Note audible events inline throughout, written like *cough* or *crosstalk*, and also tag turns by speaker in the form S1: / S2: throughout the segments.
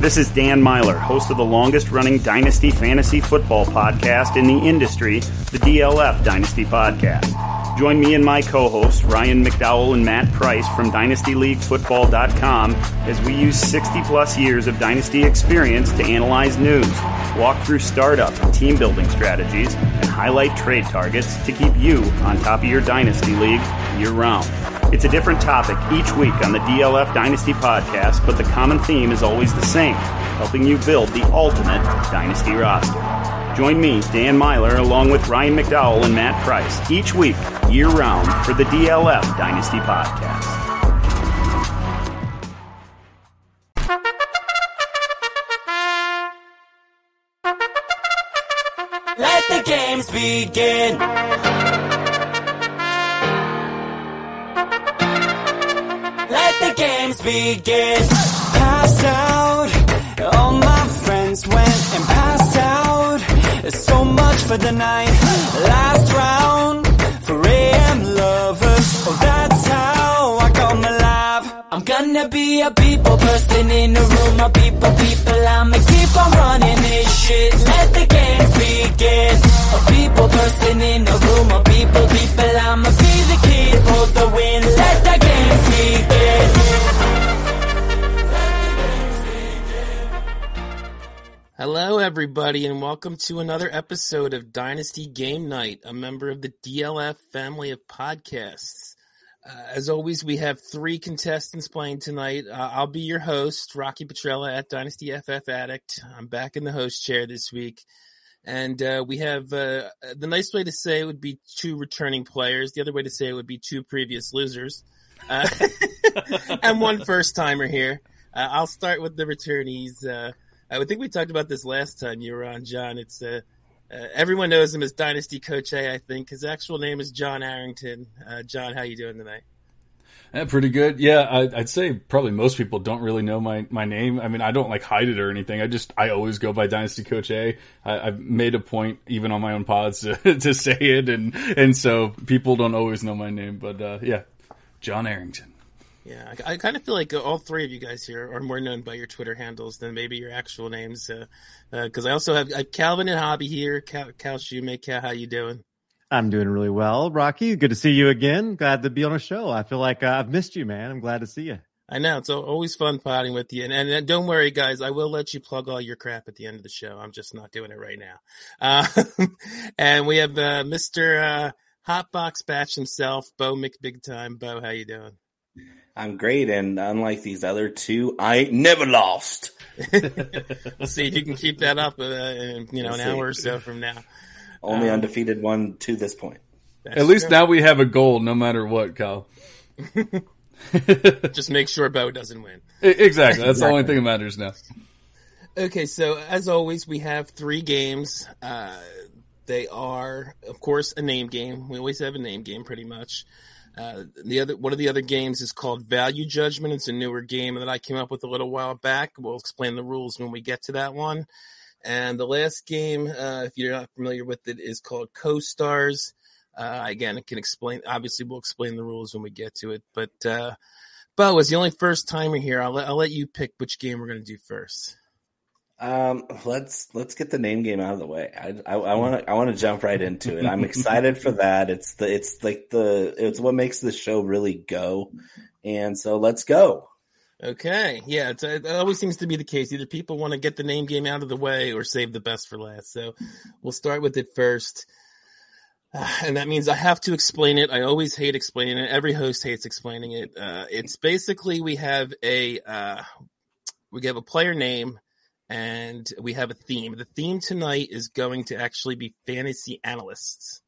S1: This is Dan Myler, host of the longest running Dynasty Fantasy Football podcast in the industry, the DLF Dynasty Podcast. Join me and my co hosts, Ryan McDowell and Matt Price from DynastyLeagueFootball.com, as we use 60 plus years of Dynasty experience to analyze news, walk through startup and team building strategies, and highlight trade targets to keep you on top of your Dynasty League year round. It's a different topic each week on the DLF Dynasty podcast, but the common theme is always the same helping you build the ultimate Dynasty roster. Join me, Dan Myler, along with Ryan McDowell and Matt Price, each week, year round, for the DLF Dynasty podcast.
S2: Let the games begin. Let the games begin. Passed out. All my friends went and passed out. So much for the night. Last round for AM lovers. Oh, that's how I come alive. I'm gonna be a people person in the room. A people, people. I'ma keep on running this shit. Let the games begin. A people person in the room. A people, people. I'ma be the kid for the win. Let the games begin.
S3: Hello, everybody, and welcome to another episode of Dynasty Game Night, a member of the DLF family of podcasts. Uh, as always, we have three contestants playing tonight. Uh, I'll be your host, Rocky Petrella at Dynasty FF Addict. I'm back in the host chair this week. And uh, we have uh, the nice way to say it would be two returning players. The other way to say it would be two previous losers. Uh, *laughs* and one first timer here. Uh, I'll start with the returnees. Uh, I would think we talked about this last time you were on, John. It's uh, uh, everyone knows him as Dynasty Coach A. I think his actual name is John Arrington. Uh, John, how you doing tonight?
S4: Yeah, pretty good. Yeah, I, I'd say probably most people don't really know my, my name. I mean, I don't like hide it or anything. I just I always go by Dynasty Coach A. I, I've made a point even on my own pods to, *laughs* to say it, and and so people don't always know my name. But uh, yeah, John Arrington.
S3: Yeah, I, I kind of feel like all three of you guys here are more known by your Twitter handles than maybe your actual names. Because uh, uh 'cause I also have, I have Calvin and Hobby here. Cal, Cal Shoemake, Cal, how you doing?
S5: I'm doing really well, Rocky. Good to see you again. Glad to be on a show. I feel like uh, I've missed you, man. I'm glad to see you.
S3: I know it's al- always fun potting with you, and, and, and don't worry, guys. I will let you plug all your crap at the end of the show. I'm just not doing it right now. Uh, *laughs* and we have uh, Mr. Uh, Hotbox Batch himself, Bo McBig Time. Bo, how you doing?
S6: I'm great, and unlike these other two, I ain't never lost.
S3: We'll see if you can keep that up uh, in you know an
S6: We'll see.
S3: hour or so from now.
S6: Only
S3: Um,
S6: undefeated one to this point.
S3: That's
S4: At least
S3: true.
S4: now we have a goal, no matter what, Kyle.
S3: just make sure Bo doesn't win.
S4: E- Exactly. That's the only thing that matters now.
S3: Okay, so as always, we have three games. Uh, they are, of course, a name game. We always have a name game, pretty much. Uh, the other one of the other games is called Value Judgment. It's a newer game that I came up with a little while back. We'll explain the rules when we get to that one. And the last game, uh, if you're not familiar with it, is called Co-Stars. Uh, again, I can explain. Obviously, we'll explain the rules when we get to it. But uh, Bo is the only first timer here. I'll let, I'll let you pick which game we're going to do first.
S6: Um, let's let's get the name game out of the way. I want to I want to jump right into it. I'm excited for that. It's the it's like the it's what makes the show really go. And so let's go.
S3: Okay, yeah, it's, it always seems to be the case. Either people want to get the name game out of the way or save the best for last. So we'll start with it first. *sighs* Uh, and that means I have to explain it. I always hate explaining it. Every host hates explaining it. Uh, it's basically we have a uh, we have a player name and we have a theme. The theme tonight is going to actually be fantasy analysts.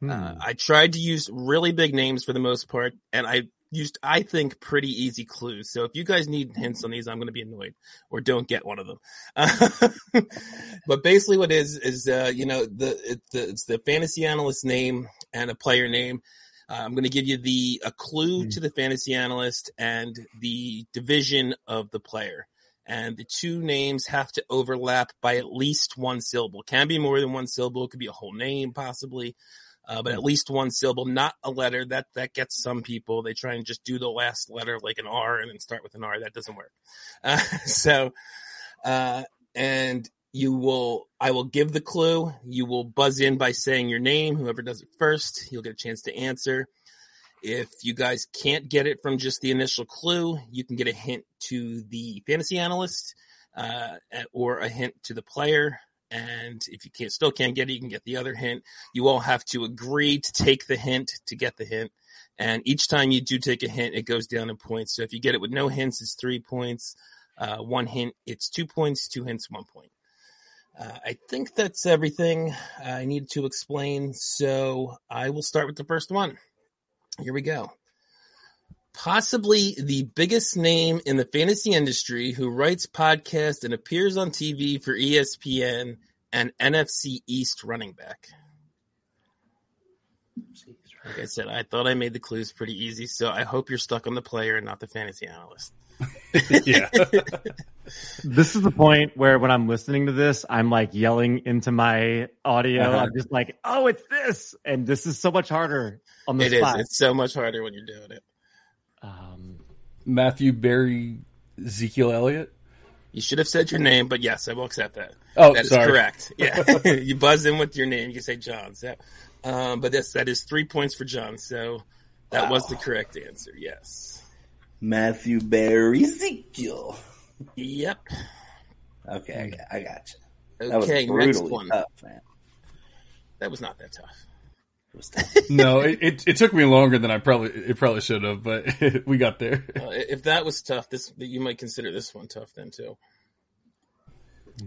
S4: Hmm.
S3: Uh, I tried to use really big names for the most part, and I used, I think, pretty easy clues. So if you guys need hints on these, I'm going to be annoyed or don't get one of them. *laughs* but basically, what it is is uh, you know the, it, the it's the fantasy analyst name and a player name. Uh, I'm going to give you the a clue to the fantasy analyst and the division of the player. And the two names have to overlap by at least one syllable. Can be more than one syllable. It could be a whole name, possibly uh, but at least one syllable, not a letter. That that gets some people. They *laughs* try and just do the last letter like an R and then start with an R. That doesn't work. Uh, so uh, and you will. I will give the clue. You will buzz in by saying your name. Whoever does it first, you'll get a chance to answer. If you guys can't get it from just the initial clue, you can get a hint to the fantasy analyst uh, or a hint to the player. And if you can't, still can't get it, you can get the other hint. You all have to agree to take the hint to get the hint. And each time you do take a hint, it goes down in points. So if you get it with no hints, it's three points. Uh, one hint, it's two points. Two hints, one point. Uh, I think that's everything I need to explain. So I will start with the first one. Here we go. Possibly the biggest name in the fantasy industry who writes podcasts and appears on TV for E ESPN and NFC East running back. Like I said, I thought I made the clues pretty easy, so I hope you're stuck on the player and not the fantasy analyst.
S4: yeah.
S5: This is the point where when I'm listening to this, I'm like yelling into my audio.
S4: Uh-huh.
S5: I'm just like, oh, it's this. And this is so much harder on the
S3: It is.
S5: spot.
S3: It's so much harder when you're doing it.
S5: Um,
S4: Matthew Barry, Ezekiel Elliott.
S3: You should have said your name, but yes, I will accept that.
S4: Oh,
S3: That is
S4: sorry.
S6: *laughs*
S3: correct. Yeah, *laughs* you buzz in with your name. You say John. So, um, but this that is three points for John. So that was the correct answer. Yes.
S6: Matthew Barry Ezekiel.
S3: Yep.
S6: Okay, I got, I got you.
S3: Okay.
S6: That was
S3: Next
S6: brutally
S3: one.
S6: tough, man.
S3: That was not that tough.
S6: It was tough. *laughs*
S4: No, it, it, it took me longer than I probably it probably should have, but *laughs* we got there.
S3: Uh, if that was tough, this that you might consider this one tough then too.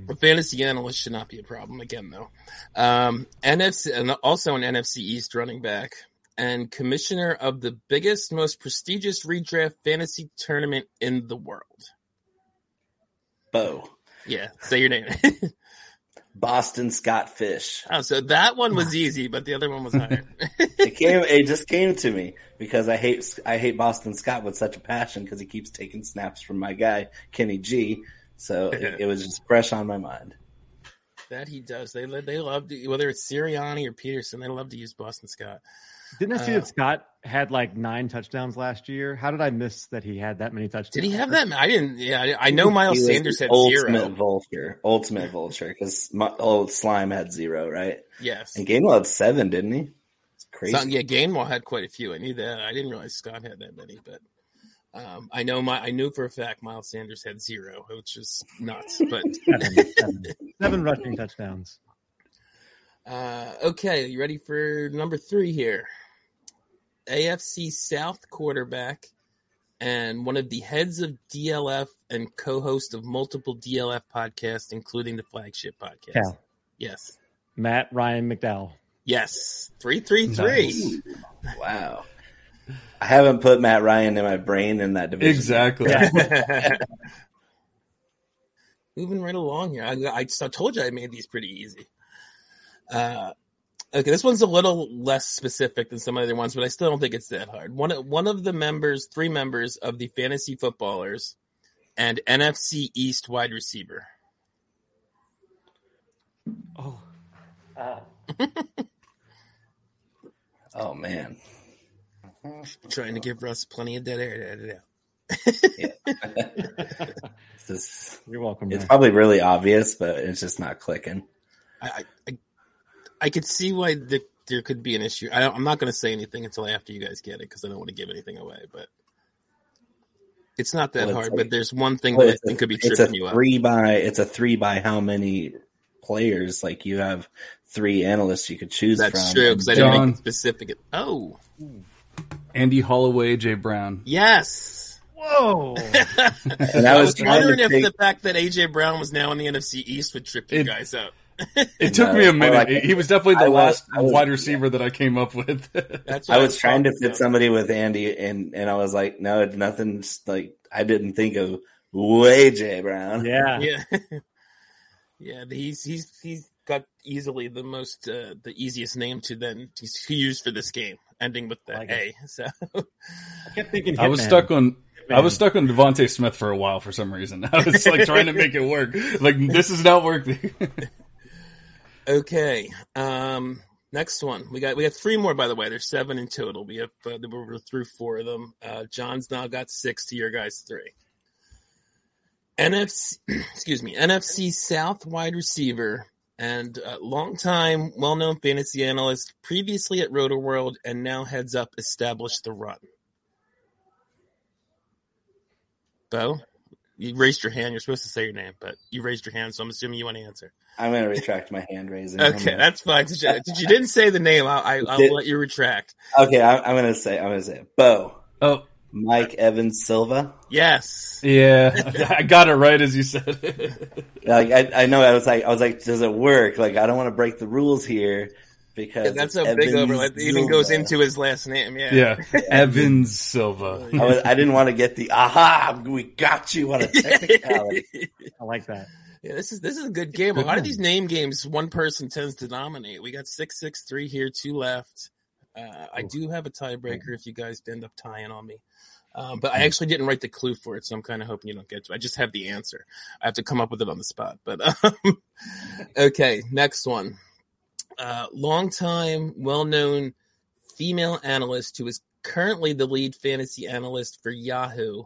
S3: A fantasy analyst should not be a problem again, though. Um, NFC and also an NFC East running back and commissioner of the biggest, most prestigious redraft fantasy tournament in the world.
S6: Bo.
S3: Yeah, say your name. *laughs*
S6: Boston Scott Fish.
S3: oh, so that one was easy, but the other one was
S6: *laughs*
S3: hard. *laughs*
S6: It came. It just came to me because I hate I hate Boston Scott with such a passion because he keeps taking snaps from my guy Kenny G.
S3: *laughs*
S6: So it, it was just fresh on my mind.
S3: that he does. They lo- they love to, whether it's Sirianni or Peterson. They love to use Boston Scott.
S5: didn't I see
S3: Uh,
S5: that Scott had like nine touchdowns last year? How did I miss that he had that many touchdowns?
S3: Did he have that? I didn't. Yeah, I, I know Miles
S6: He was
S3: Sanders
S6: the
S3: had
S6: ultimate
S3: zero.
S6: vulture, ultimate vulture, because my old slime had zero, right?
S3: Yes.
S6: And Gainwell had seven, didn't he? It's crazy.
S3: Some, yeah, Gainwell had quite a few. I knew that. I didn't realize Scott had that many, but um, I know my I knew for a fact Miles Sanders had zero, which is nuts. But
S5: Seven, seven, seven rushing touchdowns.
S3: uh, okay, you ready for number three here? AFC South quarterback and one of the heads of DLF and co-host of multiple DLF podcasts, including the flagship podcast.
S5: Cal.
S3: Yes,
S5: Matt Ryan McDowell.
S3: yes, three, three, three.
S4: Nice.
S6: Wow. I haven't put Matt Ryan in my brain in that division.
S4: Exactly.
S3: *laughs* Moving right along here. I, I, just- I told you I made these pretty easy. Uh, okay, this one's a little less specific than some other ones, but I still don't think it's that hard. One, of- one of the members, three members of the fantasy footballers and NFC East wide receiver.
S5: Oh,
S6: Oh man.
S3: Trying to give Russ plenty of dead air to edit out.
S6: It's just-
S5: you're welcome.
S6: it's
S5: Ryan.
S6: probably really obvious, but it's just not clicking.
S3: I, I, I, I could see why the, there could be an issue. I don't, I'm not going to say anything until after you guys get it because I don't want to give anything away. But it's not that
S6: Well, it's
S3: hard.
S6: like-
S3: but there's one thing
S6: Well,
S3: that I
S6: it's a-
S3: think could be
S6: it's a
S3: tripping you up.
S6: three by it's a three by how many players? Like you have three analysts you could choose
S3: That's
S6: from.
S3: true because I didn't
S4: John.
S3: make it specific. Oh
S4: Andy Holloway, Jay Brown.
S3: yes,
S5: Whoa.
S6: *laughs* And I
S3: I
S6: was
S3: was
S6: trying
S3: wondering
S6: to
S3: if
S6: think,
S3: the fact that AJ Brown was now in the NFC East would trip you
S4: It-
S3: guys up.
S4: It took
S6: No,
S4: me a
S6: uh, or
S4: minute.
S6: like-
S4: he was definitely the
S6: I was-
S4: last
S6: I was-
S4: wide receiver that I came up with. *laughs*
S3: That's what
S6: I was trying to
S3: talking
S6: fit
S3: about.
S6: somebody with Andy, and and I was like, no, it's nothing. just Like I didn't think of way J Brown.
S5: yeah.
S3: yeah *laughs* yeah he's he's he's got easily the most uh, the easiest name to then to use for this game ending with the
S5: Like
S3: a so
S5: I kept thinking
S4: I was
S5: Hitman.
S4: stuck on I
S5: Hitman.
S4: was stuck on Devonte Smith for a while for some reason. *laughs* I was like trying to make it work. Like this is not working. *laughs*
S3: okay um next one we got we got three more by the way there's seven in total we have uh, we were through four of them uh john's now got six to your guys three NFC, *clears throat* excuse me, NFC South wide receiver and uh, longtime well-known fantasy analyst, previously at Roto World, and now heads up Establish the Run. Bo, you raised your hand. You're supposed to say your name, but you raised your hand, so I'm assuming you want to answer.
S6: I'm going to retract my hand raising.
S3: Okay, that's fine. Since you, since you didn't say the name, I'll, I, I'll
S6: Did-
S3: let you retract.
S6: okay. I, I'm going to say. I'm going to say it. Bo
S4: Oh,
S6: Mike Evans Silva.
S3: Yes.
S4: yeah. *laughs* I got it right as you said it.
S6: Like I, I know. I was like, I was like, does it work? Like I don't want to break the rules here because
S3: Yeah, that's a
S6: it's
S3: big
S6: Evans
S3: overlap. It even goes
S6: Silva.
S3: into his last name. Yeah.
S4: yeah. Evans Silva.
S6: I, was, I didn't want to get the aha. We got
S3: *laughs*
S6: you on a technicality.
S5: I like that.
S3: Yeah, this is this is a good game. A lot of these name games, one person tends to dominate. We got six six three here, two left. Uh, I do have a tiebreaker if you guys end up tying on me, um, but I actually didn't write the clue for it, so I'm kind of hoping you don't get to. it. I just have the answer. I have to come up with it on the spot. But *laughs* um, okay, next one. Uh, longtime, well-known female analyst who is currently the lead fantasy analyst for Yahoo,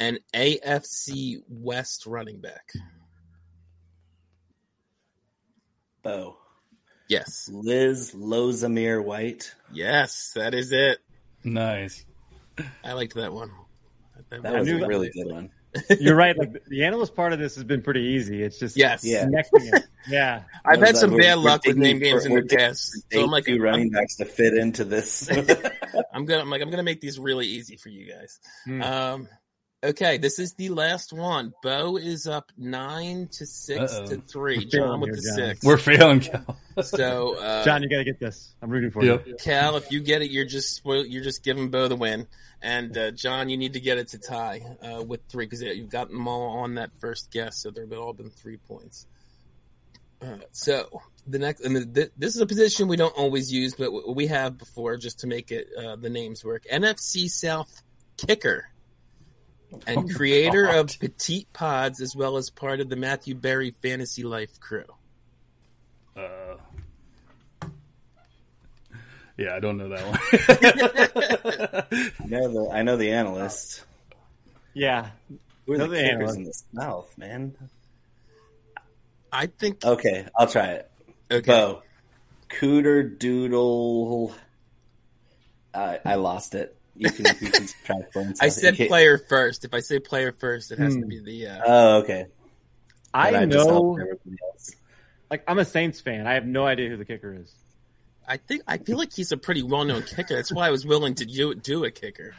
S3: and AFC West running back.
S6: Bo
S3: Yes.
S6: Liz Lozamir White.
S3: Yes, that is it.
S4: Nice.
S3: I liked that one.
S6: That was
S5: knew
S6: a
S5: that.
S6: really good one.
S5: You're right. Like the- the analyst part of this has been pretty easy. It's just
S3: yes.
S6: Yeah.
S5: connecting it. Yeah.
S3: I've had some
S6: We're-
S3: bad
S6: we're
S3: luck with
S6: digging
S3: name games
S6: for-
S3: in the
S6: we're digging
S3: past, so I'm like,
S6: two
S3: I'm,
S6: running backs to fit into this.
S3: *laughs* I'm gonna, I'm like, I'm gonna make these really easy for you guys.
S5: Hmm.
S3: Um, okay, this is the last one. Bo is up nine to 6
S4: Uh-oh.
S3: to three.
S5: We're
S3: John
S5: failing
S3: with
S5: here,
S3: the
S5: John.
S3: 6
S4: We're failing,
S6: *laughs*
S4: Cal.
S3: so, uh,
S5: John, you got to get this. I'm rooting for
S4: Yep.
S5: you.
S3: Cal, if you get it, you're just spoil- you're just giving Bo the win, and uh, John, you need to get it to tie uh, with three because you've gotten them all on that first guess, so they've all been three points. Uh, so the next, and the, th- this is a position we don't always use, but w- we have before just to make it uh, the names work. NFC South kicker and
S4: Oh,
S3: creator
S4: God.
S3: of Petite Pods, as well as part of the Matthew Berry Fantasy Life crew.
S4: Uh, yeah, I don't know that one.
S6: I know the I know the analyst.
S5: Yeah.
S6: Who are
S5: Know
S6: the
S5: the
S6: kickers
S5: analyst.
S6: in the South, man?
S3: I think
S6: Okay, I'll try it.
S3: okay.
S6: Bo Cooter Doodle. I I lost it. You can,
S3: *laughs*
S6: you can try for it.
S3: I said
S6: Okay.
S3: player first. If I say player first, it has to
S5: Hmm.
S3: be the. Uh,
S6: Oh, okay.
S5: I,
S6: But just
S5: know.
S6: helped everybody else.
S5: Like I'm a Saints fan. I have no idea who the kicker is.
S3: I think I feel like he's a pretty well-known kicker. That's why I was willing to do, do a kicker.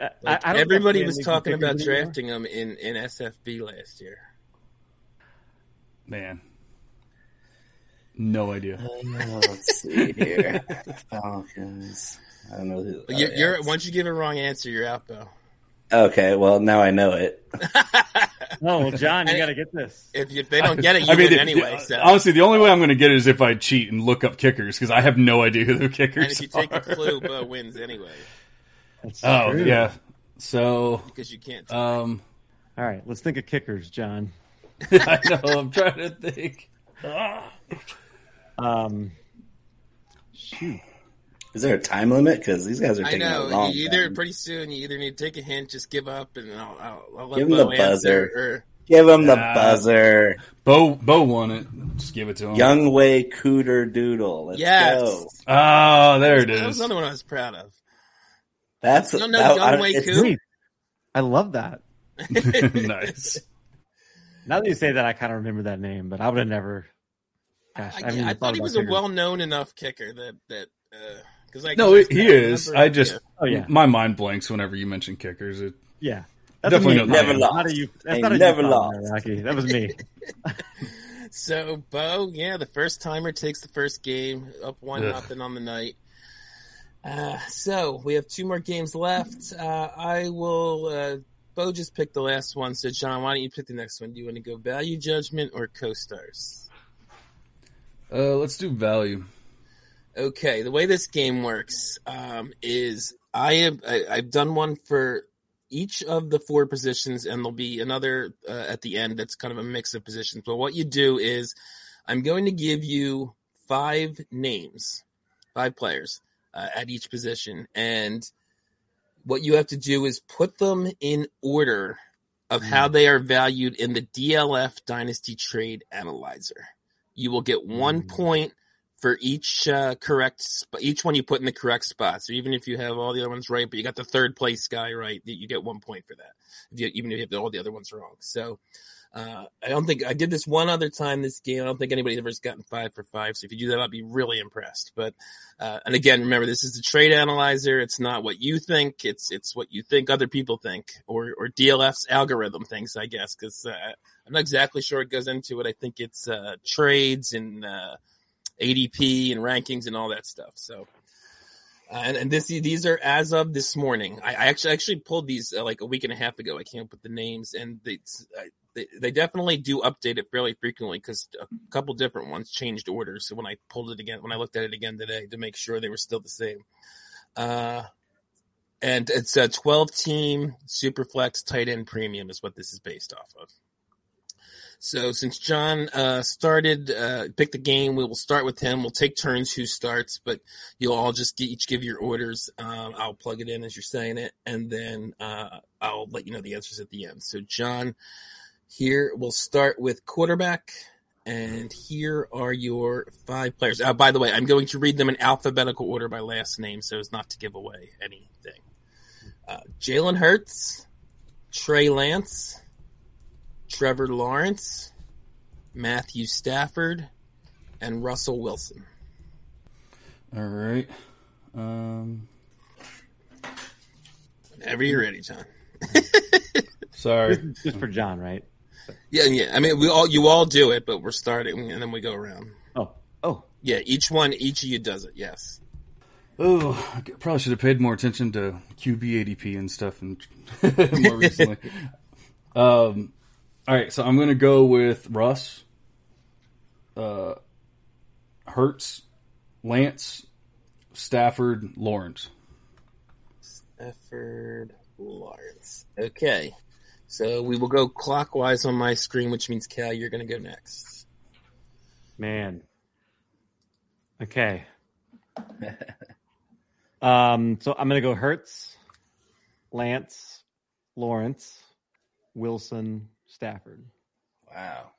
S5: I-
S3: Like,
S5: I, I don't
S3: everybody
S5: know if
S3: was
S5: Manly's
S3: talking
S5: the kicker
S3: about
S5: anymore.
S3: drafting him in in SFB last year.
S4: *laughs* Man. No idea.
S6: Oh, let's see here. Falcons. I don't know who.
S3: you're,
S6: oh, yeah,
S3: you're
S6: it's-
S3: once you give a wrong answer, you're out though.
S6: Okay, well now I know it.
S5: Oh well, John, you
S3: *laughs* I-
S5: got to get this.
S3: If, if
S6: *laughs*
S3: they don't get it, you win
S4: the-
S3: anyway.
S4: the-
S3: so.
S4: honestly, the only way I'm going to get it is if I cheat and look up kickers because I have no idea who the kickers
S3: and if you take
S4: are.
S3: the
S6: *laughs*
S3: clue, Bo wins anyway
S5: That's
S4: oh
S5: true.
S4: yeah. So,
S3: because you
S6: Uh,
S3: can't.
S4: um, *laughs*
S5: All right, let's think of kickers, John.
S4: I know I'm trying to think.
S5: Um, shoot.
S6: Is there a time limit? Because these guys are
S3: I
S6: taking a
S3: know.
S6: long
S3: You either
S6: time.
S3: pretty soon, you either need to take a hint, just give up, and I'll, I'll, I'll let
S6: Give
S3: Bo
S6: him the
S3: answer.
S6: buzzer.
S3: Or,
S6: Give them the
S4: Ah.
S6: buzzer.
S4: Bo Bo won it. Just give it to him.
S6: Young Way Cooter Doodle. Let's
S3: yes,
S6: go.
S4: Oh, there it
S3: that was
S4: is.
S3: another one I was proud of.
S6: That's
S3: No, no,
S6: that-
S3: Young
S6: I-
S3: Way
S6: it's-
S3: Coo-
S5: Wait, I love that.
S3: *laughs*
S4: *laughs* nice.
S5: Now that you say that, I kind of remember that name, but I would have never. Gosh, I,
S3: I,
S5: haven't even
S3: I
S5: thought
S3: thought he
S5: about
S3: was a
S5: kickers.
S3: well-known enough kicker that that because I
S4: No, he is.
S3: remember-
S4: I just
S3: yeah.
S5: Oh yeah,
S4: my mind blanks whenever you mention kickers. It,
S5: yeah.
S4: Definitely
S5: me.
S4: know that. Never
S5: Not
S6: lost.
S5: a you- that's
S6: They
S5: not a you
S6: never
S5: problem there,
S6: lost.
S5: Rocky. That was me.
S3: so Bo. Yeah, the first timer takes the first game up one
S4: Ugh.
S3: nothing on the night. Uh, so we have two more games left. Uh, I will. Uh, Bo just picked the last one, so John, why don't you pick the next one? Do you want to go value judgment or co-stars?
S4: uh, let's do value.
S3: Okay, the way this game works um, is I have I, I've done one for each of the four positions, and there'll be another uh, at the end that's kind of a mix of positions. But what you do is I'm going to give you five names, five players uh, at each position, and what you have to do is put them in order of how they are valued in the DLF Dynasty Trade Analyzer. You will get one point for each uh, correct sp- each one you put in the correct spot. So even if you have all the other ones right, but you got the third place guy right, you you get one point for that. If you, even if you have all the other ones wrong. So uh, I don't think I did this one other time this game. I don't think anybody ever's gotten five for five. So if you do that, I'd be really impressed. But uh, and again, remember this is the trade analyzer. It's not what you think. It's it's what you think other people think, or or DLF's algorithm thinks, I guess. Because uh, I'm not exactly sure it goes into it. I think it's uh, trades and uh, ADP and rankings and all that stuff. So. Uh, and, and this these are as of this morning. I, I actually actually pulled these uh, like a week and a half ago. I came up with the names, and they, I, they they definitely do update it fairly frequently because a couple different ones changed orders. So when I pulled it again, when I looked at it again today to make sure they were still the same. Uh, and it's a 12 team Superflex tight end premium is what this is based off of. So since John uh, started uh, pick the game, we will start with him. We'll take turns who starts, but you'll all just get, each give your orders. Um, I'll plug it in as you're saying it, and then uh, I'll let you know the answers at the end. So John, here we'll start with quarterback, and here are your five players. Uh, by the way, I'm going to read them in alphabetical order by last name, so as not to give away anything. Uh, Jalen Hurts, Trey Lance. Trevor Lawrence, Matthew Stafford, and Russell Wilson.
S4: All right. Um,
S3: Whenever you're ready, John.
S4: sorry.
S5: Just for
S3: Mm-hmm.
S5: John, right?
S3: Yeah, yeah. I mean, we all you all do it, but we're starting and then we go around.
S5: Oh, oh,
S3: Yeah, each one, each of you does it. Yes.
S4: Oh, I probably should have paid more attention to QB ADP and stuff, and *laughs*
S3: *laughs*
S4: more recently. um, all right, so I'm going to go with Russ, uh, Hertz, Lance, Stafford, Lawrence.
S3: Stafford Lawrence. Okay. So we will go clockwise on my screen, which means Cal, you're going to go next.
S5: man.
S3: *laughs*
S5: Okay. um. So I'm gonna go Hertz, Lance, Lawrence, Wilson, Stafford.
S6: Wow.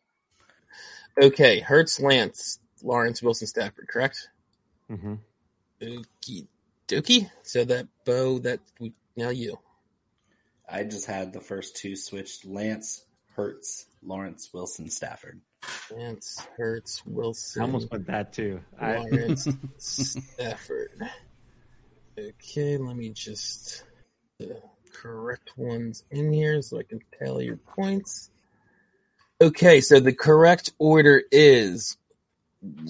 S3: Okay, Hertz, Lance, Lawrence, Wilson, Stafford. Correct.
S5: Mm-hmm.
S3: Okie dokie. So that bow that we, now you.
S6: I just had the first two switched Lance Hertz, Lawrence Wilson Stafford.
S3: Lance Hurts Wilson.
S5: I almost went that too. I,
S3: Lawrence Stafford. Okay, let me just the correct ones in here so I can tally your points. Okay, so the correct order is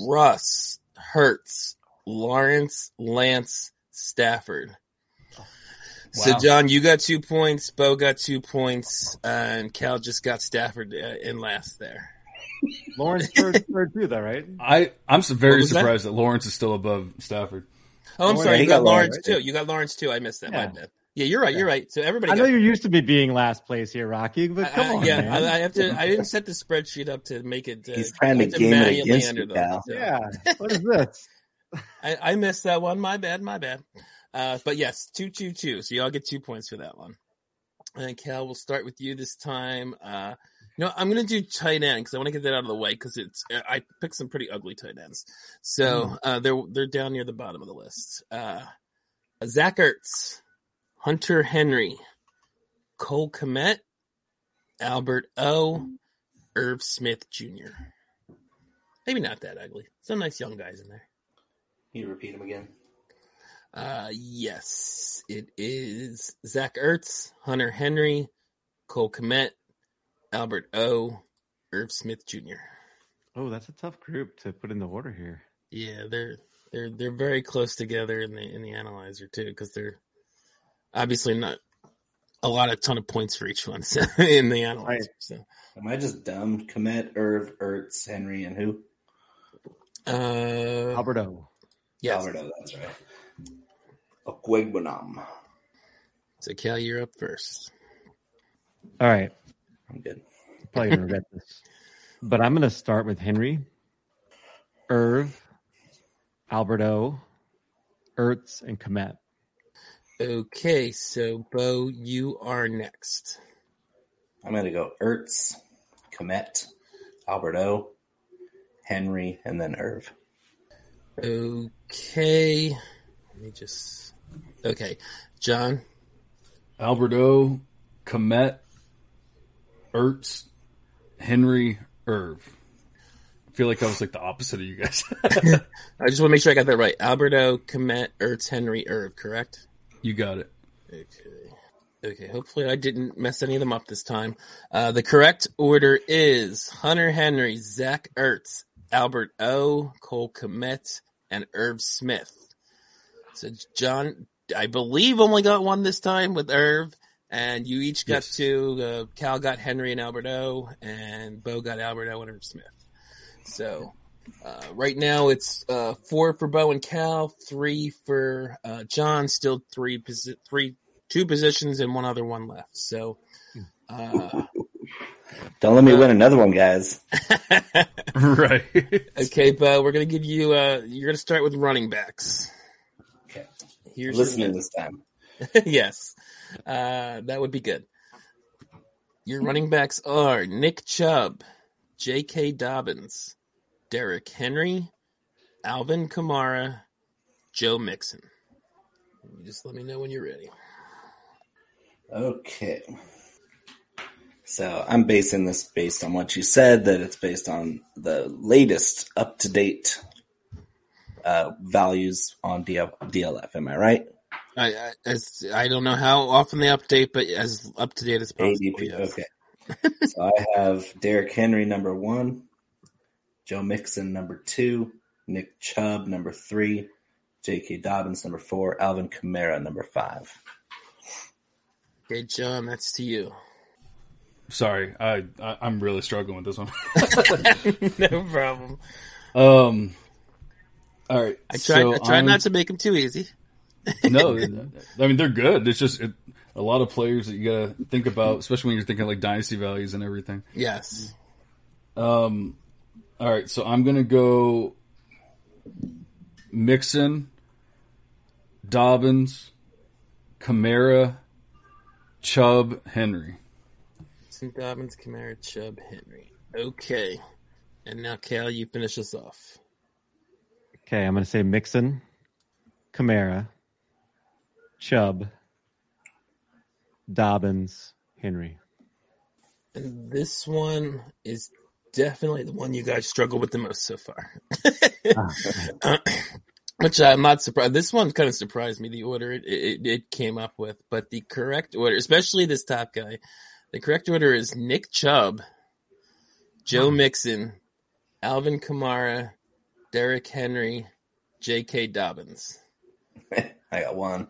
S3: Russ, Hertz, Lawrence, Lance, Stafford. So
S4: Wow.
S3: John, you got two points. Bo got two points, uh, and Cal just got Stafford uh, in last there.
S5: Lawrence
S3: *laughs*
S5: third, third too, though, right?
S4: I I'm so
S3: What
S4: very
S3: was that?
S4: surprised that? Lawrence is still above Stafford.
S3: Oh, I'm
S6: Oh,
S3: sorry.
S6: yeah,
S3: You
S6: he
S3: got
S6: got Lawrence,
S3: Lawrence
S6: right?
S3: too. You got Lawrence too. I missed that. My
S5: Yeah.
S3: bad. Yeah, you're right. You're right. So everybody.
S5: I know
S3: got,
S5: you're used to me being last place here, Rocky, but come
S3: I- I-
S5: on,
S3: yeah,
S5: man.
S3: I, I have to. I didn't set the spreadsheet up to make it. Uh,
S6: He's trying
S3: I
S6: to
S3: have
S6: game it
S3: manually
S6: against
S3: enter
S6: you,
S3: those.
S6: pal.
S3: So
S5: yeah. What is this?
S3: *laughs* I, I missed that one. My bad. My bad. Uh, but yes, two, two, two. So y'all get two points for that one. And Cal, we'll start with you this time. Uh, you know, I'm gonna do tight end because I want to get that out of the way because it's uh, I picked some pretty ugly tight ends, so uh, they're they're down near the bottom of the list. Uh, Zach Ertz, Hunter Henry, Cole Komet, Albert O, Irv Smith Jr. Maybe not that ugly. Some nice young guys in there.
S6: Can you repeat him again?
S3: Uh, yes, it is Zach Ertz, Hunter Henry, Cole Komet, Albert O, Irv Smith Jr.
S5: Oh, that's a tough group to put in the order here.
S3: Yeah, they're they're they're very close together in the in the analyzer too because they're obviously not a lot of ton of points for each one *laughs* so, in the analyzer. So,
S6: Am I just dumb? Komet, Irv, Ertz, Henry, and who?
S3: uh,
S5: Alberto.
S3: yes.
S6: Alberto, that's right. Okwegbenam.
S3: So Cal, you're up first.
S5: All right.
S6: I'm good.
S5: Probably gonna regret this. But I'm gonna start with Henry, Irv, Alberto, Ertz, and Komet.
S3: Okay, so Bo, you are next.
S6: I'm going to go Ertz, Komet, Alberto, Henry, and then Irv.
S3: Okay. Let me just. Okay. John.
S4: Alberto, Komet, Ertz, Henry, Irv. I feel like I was like the opposite of you guys. *laughs*
S3: I just want to make sure I got that right. Alberto, Komet, Ertz, Henry, Irv, correct?
S4: you got it. *laughs*
S3: Okay. Okay. Hopefully I didn't mess any of them up this time. Uh, the correct order is Hunter Henry, Zach Ertz, Albert O, Cole Komet, and Irv Smith. So John, I believe only got one this time with Irv, and you each got
S4: Yes.
S3: two. Uh, Cal got Henry and Albert O, and Bo got Albert O and Irv Smith. So uh, right now it's uh, four for Bo and Cal, three for uh, John. Still three, posi- three, two positions and one other one left. So. Uh,
S6: Don't let me win another one, guys.
S4: right.
S3: okay, Bo, we're gonna give you. Uh, you're gonna start with running backs.
S6: Okay.
S3: Here's your-
S6: Listening this time.
S3: *laughs* yes, uh, that would be good. Your running backs are Nick Chubb, J.K. Dobbins, Derek Henry, Alvin Kamara, Joe Mixon. You Just let me know when you're ready.
S6: Okay. So I'm basing this based on what you said, that it's based on the latest up to date uh, values on DL- DLF. Am I right?
S3: I I, as, I don't know how often they update, but as up to date as
S6: Oh,
S3: possible.
S6: ADP.
S3: yes.
S6: Okay. so I have Derrick Henry number one, Joe Mixon number two, Nick Chubb number three, J.K. Dobbins number four, Alvin Kamara number five.
S3: okay, John, that's to you. *laughs*
S4: Sorry, I, I I'm really struggling with this one. *laughs*
S3: no problem.
S4: Um. All right.
S3: I try. I try not to make them too easy. *laughs*
S4: no, I mean they're good. It's just it, a lot of players that you gotta think about, especially when you're thinking like dynasty values and everything.
S3: Yes.
S4: Um, all right, so I'm gonna go Mixon, Dobbins, Kamara, Chubb, Henry.
S3: St. Dobbins, Kamara, Chubb, Henry. Okay. And now, Cal, you finish us off.
S5: Okay, I'm going to say Mixon, Kamara, Chubb, Dobbins, Henry.
S3: And this one is definitely the one you guys struggle with the most so far. *laughs* Which I'm not surprised. This one kind of surprised me, the order it, it, it came up with. But the correct order, especially this top guy, the correct order is Nick Chubb, Joe Mixon, Alvin Kamara, Derek Henry, J.K. Dobbins.
S6: I got one.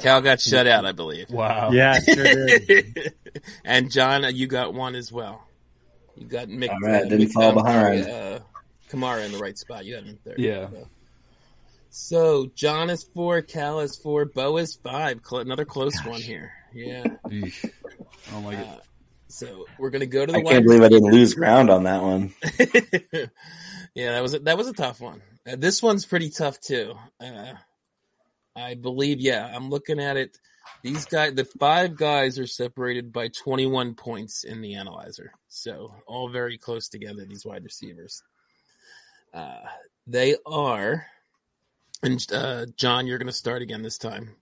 S3: Cal got shut out, I believe.
S4: Wow.
S5: Oh. Yeah, sure did.
S3: *laughs* and John, uh, you got one as well. You got Mick.
S6: All right,
S3: uh,
S6: didn't
S3: Mick-
S6: fall
S3: uh,
S6: behind.
S3: Uh, Kamara in the right spot. You had him there.
S4: Yeah.
S3: So John is four, Cal is four, Bo is five. Cl- another close one here. Yeah.
S4: Eesh. I don't like it.
S3: So we're gonna go to the
S6: I
S3: wide
S6: can't believe I didn't lose ground on that one.
S3: *laughs* yeah, that was a, that was a tough one. Uh, this one's pretty tough too. Uh, I believe. Yeah, I'm looking at it. These guys, the five guys, are separated by 21 points in the analyzer. So all very close together. These wide receivers. Uh, they are, and uh, John, you're going to start again this time.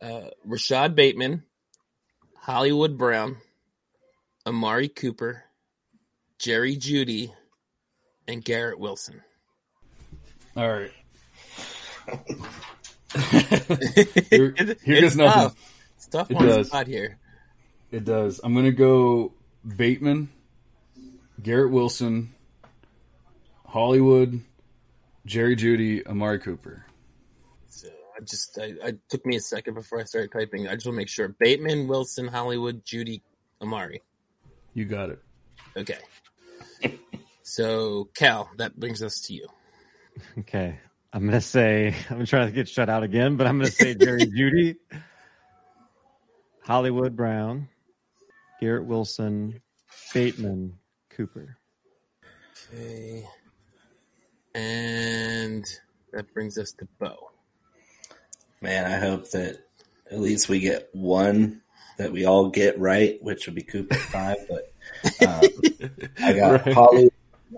S3: Uh, Rashad Bateman, Hollywood Brown, Amari Cooper, Jerry Judy, and Garrett Wilson. *laughs*
S4: All right. here here goes nothing.
S3: Tough. It's tough
S4: It
S3: on the
S4: does.
S3: spot here.
S4: It does. I'm gonna go Bateman, Garrett Wilson, Hollywood, Jerry Judy, Amari Cooper.
S3: So I just I, I took me a second before I started typing. I just want to make sure Bateman, Wilson, Hollywood, Judy, Amari.
S4: You got it.
S3: Okay.
S4: *laughs*
S3: so Cal, that brings us to you.
S5: *laughs* Okay, I'm going to say, I'm trying to get shut out again, but I'm going to say *laughs* Jerry Judy, Hollywood Brown, Garrett Wilson, Bateman, Cooper.
S3: Okay. And that brings us to Bo.
S6: Man, I hope that at least we get one that we all get right, which would be Cooper five. But um, I got Hollywood.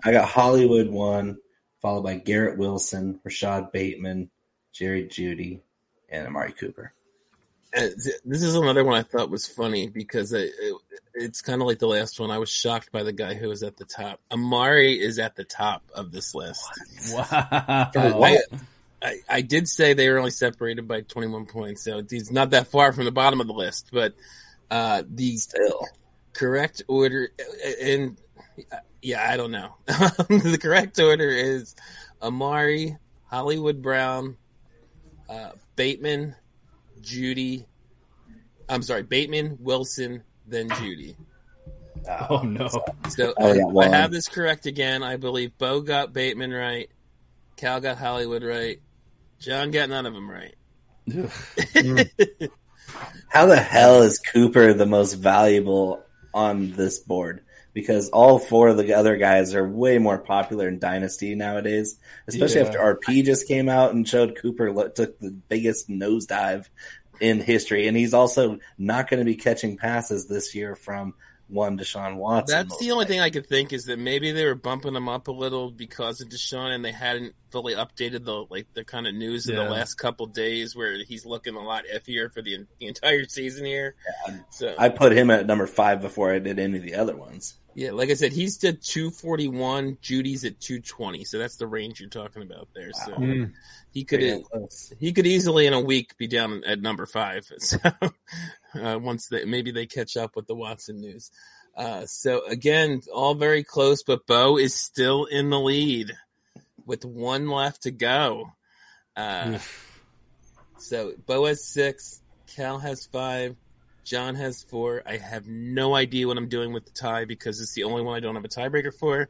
S6: I got Hollywood one, followed by Garrett Wilson, Rashad Bateman, Jerry Judy, and Amari Cooper.
S3: Uh, th- this is another one I thought was funny because it, it, it's kind of like the last one. I was shocked by the guy who was at the top. Amari is at the top of this list.
S4: *laughs* Wow.
S3: I, I, I did say they were only separated by 21 points, so he's not that far from the bottom of the list. But uh, the
S6: Still,
S3: correct order, and yeah, I don't know. *laughs* the correct order is Amari, Hollywood Brown, uh, Bateman, Judy. I'm sorry, Bateman, Wilson, then Judy.
S4: Oh no.
S3: So
S6: Oh,
S3: I-
S6: yeah,
S3: I
S6: well,
S3: have this correct again. I believe Bo got Bateman right, Cal got Hollywood right, John got none of them right.
S6: how the hell is Cooper the most valuable on this board? Because all four of the other guys are way more popular in Dynasty nowadays, especially
S4: Yeah.
S6: after RP just came out and showed Cooper lo- took the biggest nosedive in history, and he's also not going to be catching passes this year from one Deshaun Watson.
S3: That's the only thing I could think is that maybe they were bumping them up a little because of Deshaun, and they hadn't fully updated the like the kind of news in
S4: Yeah.
S3: the last couple days where he's looking a lot iffier for the, the entire season here. So
S6: I put him at number five before I did any of the other ones.
S3: yeah, like I said, he's at two forty one, Judy's at two twenty, so that's the range you're talking about there. So
S5: Mm.
S3: he could
S6: Pretty close.
S3: he could easily in a week be down at number five. *laughs* So uh, once they, maybe they catch up with the Watson news. Uh, so again, all very close, but Bo is still in the lead with one left to go. Uh, so Bo has six, Cal has five, John has four. I have no idea what I'm doing with the tie because it's the only one I don't have a tiebreaker for.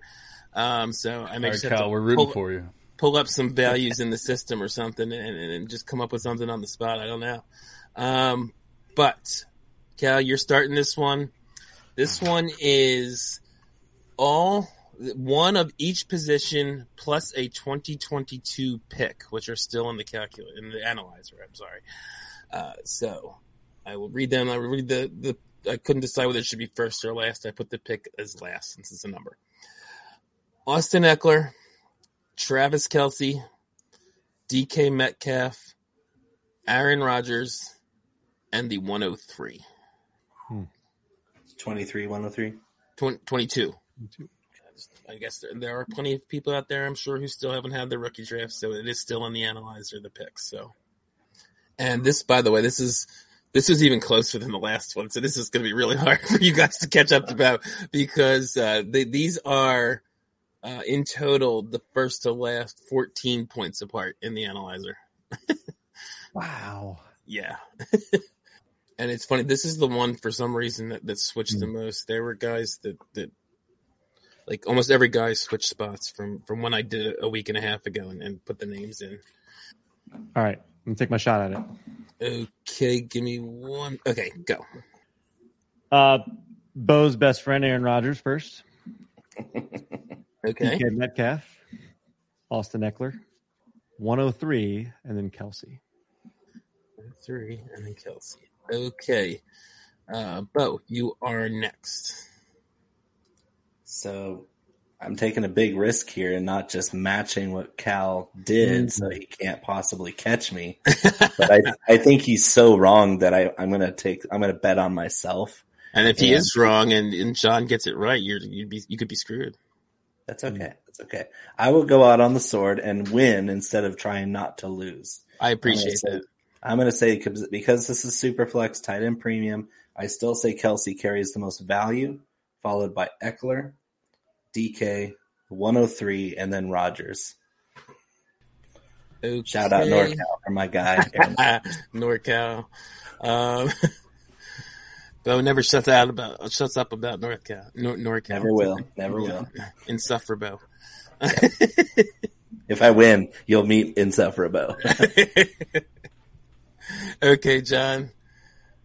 S3: Um, so I
S4: All
S3: may
S4: right,
S3: just have
S4: Cal,
S3: to
S4: we're rooting
S3: pull-
S4: for you.
S3: pull up some values in the system or something and, and, and just come up with something on the spot. I don't know. Um, but Cal, you're starting this one. This one is all one of each position plus a 2022 pick, which are still in the calculator in the analyzer. I'm sorry. Uh, so I will read them. I will read the, the, I couldn't decide whether it should be first or last. I put the pick as last since it's a number. Austin Eckler, Travis Kelsey, DK Metcalf, Aaron Rodgers, and the 103.
S6: 23, 103.
S3: Twen- 22. I guess there, there are plenty of people out there, I'm sure, who still haven't had their rookie draft, so it is still in the analyzer, the picks. So, and this, by the way, this is this is even closer than the last one, so this is going to be really *laughs* hard for you guys to catch up about because uh, they, these are uh, in total the first to last 14 points apart in the analyzer.
S5: Wow.
S3: Yeah. *laughs* and it's funny. This is the one for some reason that, that switched the most. There were guys that, that like almost every guy switched spots from, from when I did it a week and a half ago and, and put the names in.
S5: All right. I'm gonna take my shot at it.
S3: Okay. Give me one. Okay. Go.
S5: Uh, Bo's best friend Aaron Rodgers first.
S3: Okay.
S5: DK Metcalf, Austin Eckler, 103, and then Kelsey.
S3: Three and then Kelsey. Okay. Uh, Bo, you are next.
S6: So I'm taking a big risk here and not just matching what Cal did, so
S3: Mm-hmm.
S6: he can't possibly
S3: *laughs*
S6: catch me. but I, I think he's so wrong that I, I'm gonna take I'm gonna bet on myself.
S3: And if he
S6: Yeah.
S3: is wrong and, and John gets it right, you're, you'd be, you could be screwed.
S6: That's
S3: Mm-hmm.
S6: okay. That's okay. I will go out on the sword and win instead of trying not to lose.
S3: I appreciate
S6: I'm gonna
S3: that.
S6: say- I'm going to say 'cause- because this is super flex tight end premium, I still say Kelsey carries the most value, followed by Eckler, DK, 103, and then Rogers.
S3: Okay.
S6: Shout out NorCal for my guy. Aaron.
S3: *laughs* NorCal. Um, *laughs* Bo never shuts out about shuts up about NorCal. Nor, NorCal
S6: Never will. Never will.
S3: Insufferable. *laughs*
S6: If I win, you'll meet insufferable.
S3: okay, John.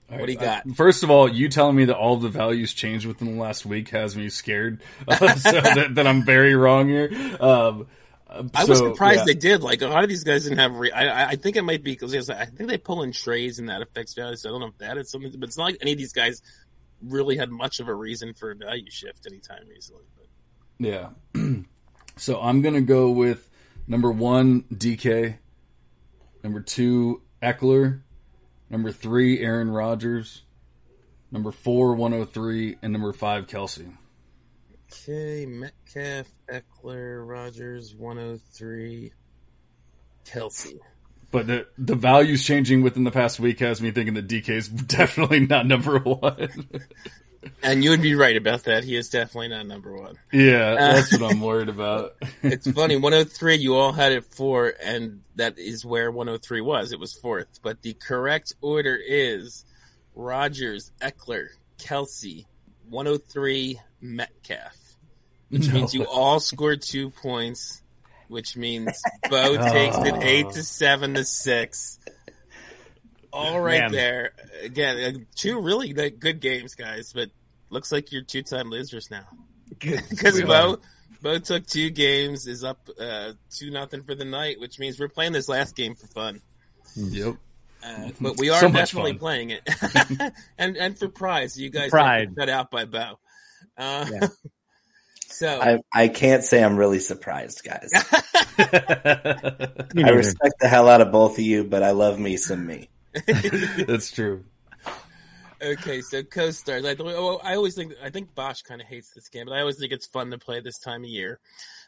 S3: what do you
S4: I-
S3: got?
S4: First of all, you telling me that all of the values changed *laughs* within the last week has me scared. Uh, so that, that I'm very wrong here. Um,
S3: I was
S4: So,
S3: surprised
S4: yeah.
S3: they did. Like a lot of these guys didn't have. Re- I, I- I think it might be because I think they pull in trays and that affects value. So I don't know if that is something, but it's not like any of these guys really had much of a reason for a value shift anytime recently. But
S4: Yeah. *clears throat* so I'm gonna go with number one, DK. Number two, Eckler. Number three, Aaron Rodgers. Number four, 103, and number five, Kelsey.
S3: okay, Metcalf, Eckler, Rogers, one hundred three, Kelsey.
S4: But the the values changing within the past week has me thinking that DK is *laughs* definitely not number one. *laughs*
S3: And you would be right about that. He is definitely not number one.
S4: yeah, that's what I'm worried about. *laughs*
S3: It's funny. *laughs* 103, you all had it four, and that is where 103 was. It was fourth. But the correct order is Rogers, Eckler, Kelsey, 103, Metcalf. Which
S4: *laughs*
S3: means you all scored two points, which means Bo takes it eight to seven to six. All right
S1: Man.
S3: there. Again, uh, two really like, good games, guys, but looks like you're two time losers now. *laughs* Because Bo, Bo took two games, is up uh, two nothing for the night, which means we're playing this last game for fun.
S4: yep.
S3: Uh, but we are
S4: So much
S3: definitely
S4: fun.
S3: playing it, *laughs* and and for prize, you guys
S5: Pride.
S3: got out by Bo. Uh,
S5: Yeah.
S3: *laughs* So
S6: I, I can't say I'm really surprised, guys.
S5: You
S6: I
S5: *laughs* know,
S6: respect the hell out of both of you, but I love me some me.
S4: *laughs* That's true.
S3: Okay, so co-stars. I, oh, I always think I think Bosch kind of hates this game, but I always think it's fun to play this time of year.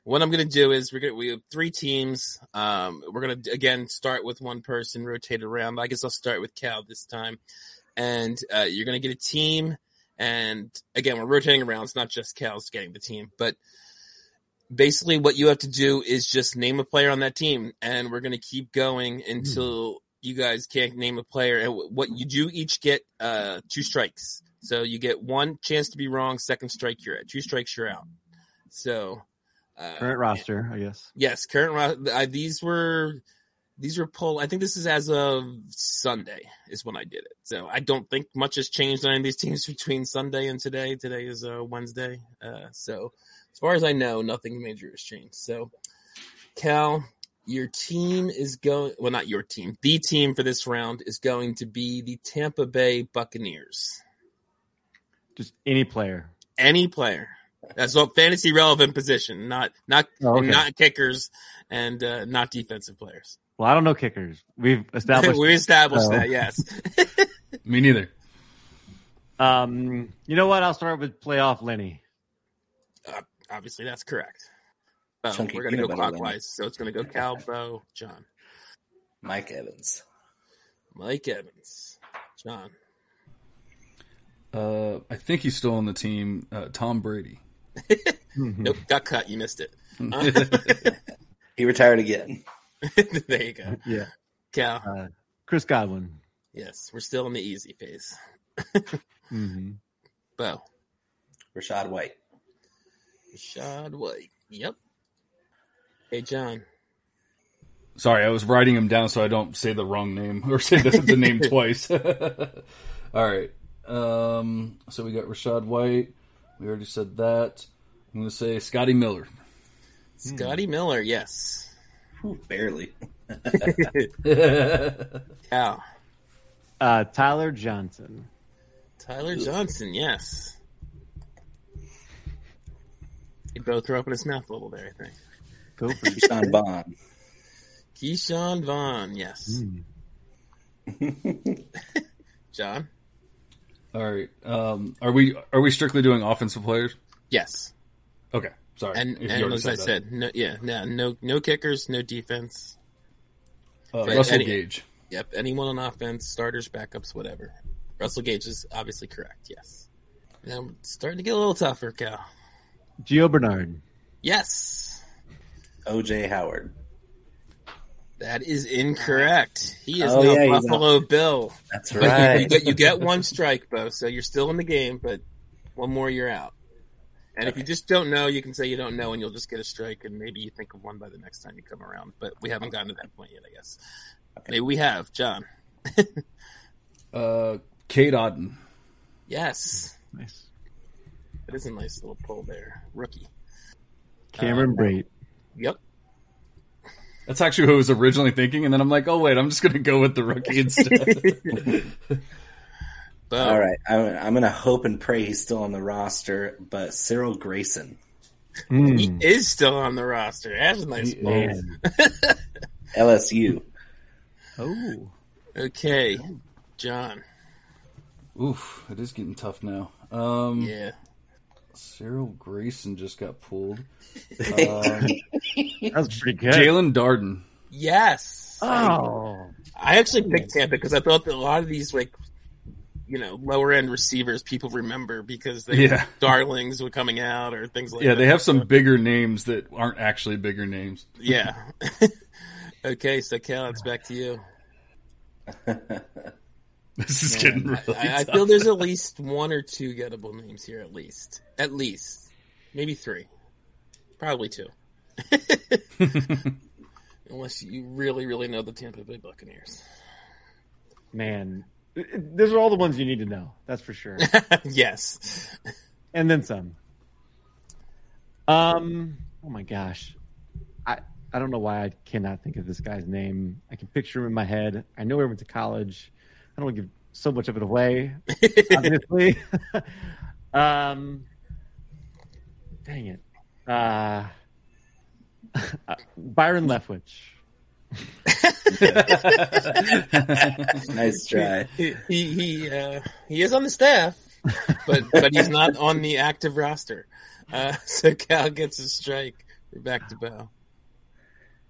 S3: What I'm going to do is we're going to we have three teams. Um, we're going to again start with one person, rotate around. I guess I'll start with Cal this time, and uh, you're going to get a team. And again, we're rotating around. It's not just Cal's getting the team, but basically what you have to do is just name a player on that team and we're going to keep going
S5: Hmm.
S3: until you guys can't name a player and wh- what you do each get uh two strikes so you get one chance to be wrong second strike you're at two strikes you're out so uh,
S5: current roster, I guess.
S3: yes current ro- I, these were these were pull i think this is as of sunday is when i did it so i don't think much has changed on any of these teams *laughs* between sunday and today today is uh, wednesday uh, so as far as I know, nothing major has changed. So, Cal, your team is going, well, not your team, the team for this round is going to be the Tampa Bay Buccaneers.
S5: Just any player.
S3: Any player. That's a fantasy relevant position, not, not,
S5: Oh, okay.
S3: not kickers and uh, not defensive players.
S5: Well, I don't know kickers. We've
S3: *laughs*
S5: established.
S3: we established
S5: Oh.
S3: that, yes. *laughs*
S4: Me neither.
S5: um, you know what? I'll start with playoff Lenny.
S3: Obviously, that's correct. Bo,
S6: Chunky
S3: we're going to go
S6: peanut butter,
S3: clockwise. So it's going to go Cal, Bo, John,
S6: Mike Evans.
S3: Mike Evans, John.
S4: Uh, I think he's still on the team. Uh, Tom Brady.
S3: Nope, got cut. You missed it.
S6: Hmm.
S3: Uh,
S6: He retired again.
S3: *laughs* there you
S6: *laughs*
S3: go.
S5: Yeah.
S3: Cal.
S5: Chris Godwin.
S3: Yes, we're still in the easy phase.
S5: hmm
S3: Bo.
S6: Rashad White.
S3: Rashad White. Yep. Hey, John.
S6: Hmm.
S4: Sorry, I was writing him down so I don't say the wrong name or say the, the *laughs* name twice. All right. Um, so we got Rashad White. We already said that. I'm going to say Scotty Miller.
S3: Scotty Miller. Yes.
S6: Ooh, barely.
S3: Cal.
S5: Uh, Tyler Johnson.
S3: Tyler Johnson. Yes. He both threw up in his mouth a little there, I think.
S5: Go for it.
S6: Sean Bond.
S3: Keyshawn Vaughn. Yes.
S6: Hmm.
S3: *laughs* John.
S4: All right. Um, are we are we strictly doing offensive players?
S3: Yes.
S4: Okay. Sorry.
S3: And,
S4: if you
S3: and
S4: already
S3: as I
S4: that.
S3: said, no, yeah, no, no, no kickers, no defense.
S4: Uh,
S3: but
S4: Russell
S3: any-
S4: Gage.
S3: Yep. Anyone on offense, starters, backups, whatever. Russell Gage is obviously correct. Yes. Now I'm starting to get a little tougher, Cal.
S5: Gio Bernard.
S3: Yes.
S6: OJ Howard.
S3: That is incorrect. He is
S6: Oh,
S3: now
S6: yeah, he's
S3: Buffalo Bill.
S6: That's
S3: But you-
S6: right.
S3: you, get, you get one strike, Bo, so you're still in the game, but one more, you're out. And if you just don't know, you can say you don't know, and you'll just get a strike, and maybe you think of one by the next time you come around. But we haven't gotten to that point yet, I guess. Maybe we have, John.
S4: Uh, Kate Auden.
S3: Yes.
S5: Nice.
S3: That is a nice little pull there. Rookie.
S5: Cameron Brate.
S3: Yep.
S4: That's actually what I was originally thinking, and then I'm like, oh wait, I'm just gonna go with the rookie instead.
S3: *laughs*
S4: *laughs*
S3: But
S6: All right, I'm, I'm gonna hope and pray he's still on the roster, but Cyril Grayson.
S3: he
S5: Mm,
S3: is still on the roster. That's a nice ball.
S5: man.
S6: LSU.
S5: Oh,
S3: Okay, John.
S4: Oof, it is getting tough now. Um,
S3: Yeah.
S4: Cyril Grayson just got pulled.
S5: that was pretty good.
S4: Jalen Darden.
S3: Yes.
S5: Oh,
S3: I actually picked Tampa because I thought that a lot of these like you know lower end receivers people remember because they
S4: Yeah.
S3: *laughs* darlings were coming out or things like
S4: Yeah,
S3: that.
S4: they have some
S3: So,
S4: bigger names that aren't actually bigger names. *laughs*
S3: yeah. *laughs* okay, so Cal, it's back to you.
S4: This is getting really
S3: I, I
S4: tough.
S3: feel there's
S4: *laughs*
S3: at least one or two gettable names here, at least, at least, maybe three, probably
S4: *laughs*
S3: two, *laughs* unless you really, really know the Tampa Bay Buccaneers. *laughs*
S5: man. Those are all the ones you need to know. That's for sure.
S3: yes,
S5: and then some. Um. Oh my gosh, I I don't know why I cannot think of this guy's name. I can picture him in my head. I know he went to college. I don't want to give so much of it away, obviously. *laughs* um. Dang it, uh, *laughs* Byron Leftwich.
S6: Nice try.
S3: he he uh, he is on the staff,
S4: *laughs*
S3: but but he's not on the active roster. Uh, *laughs* so Cal gets a strike. We're back to Bow.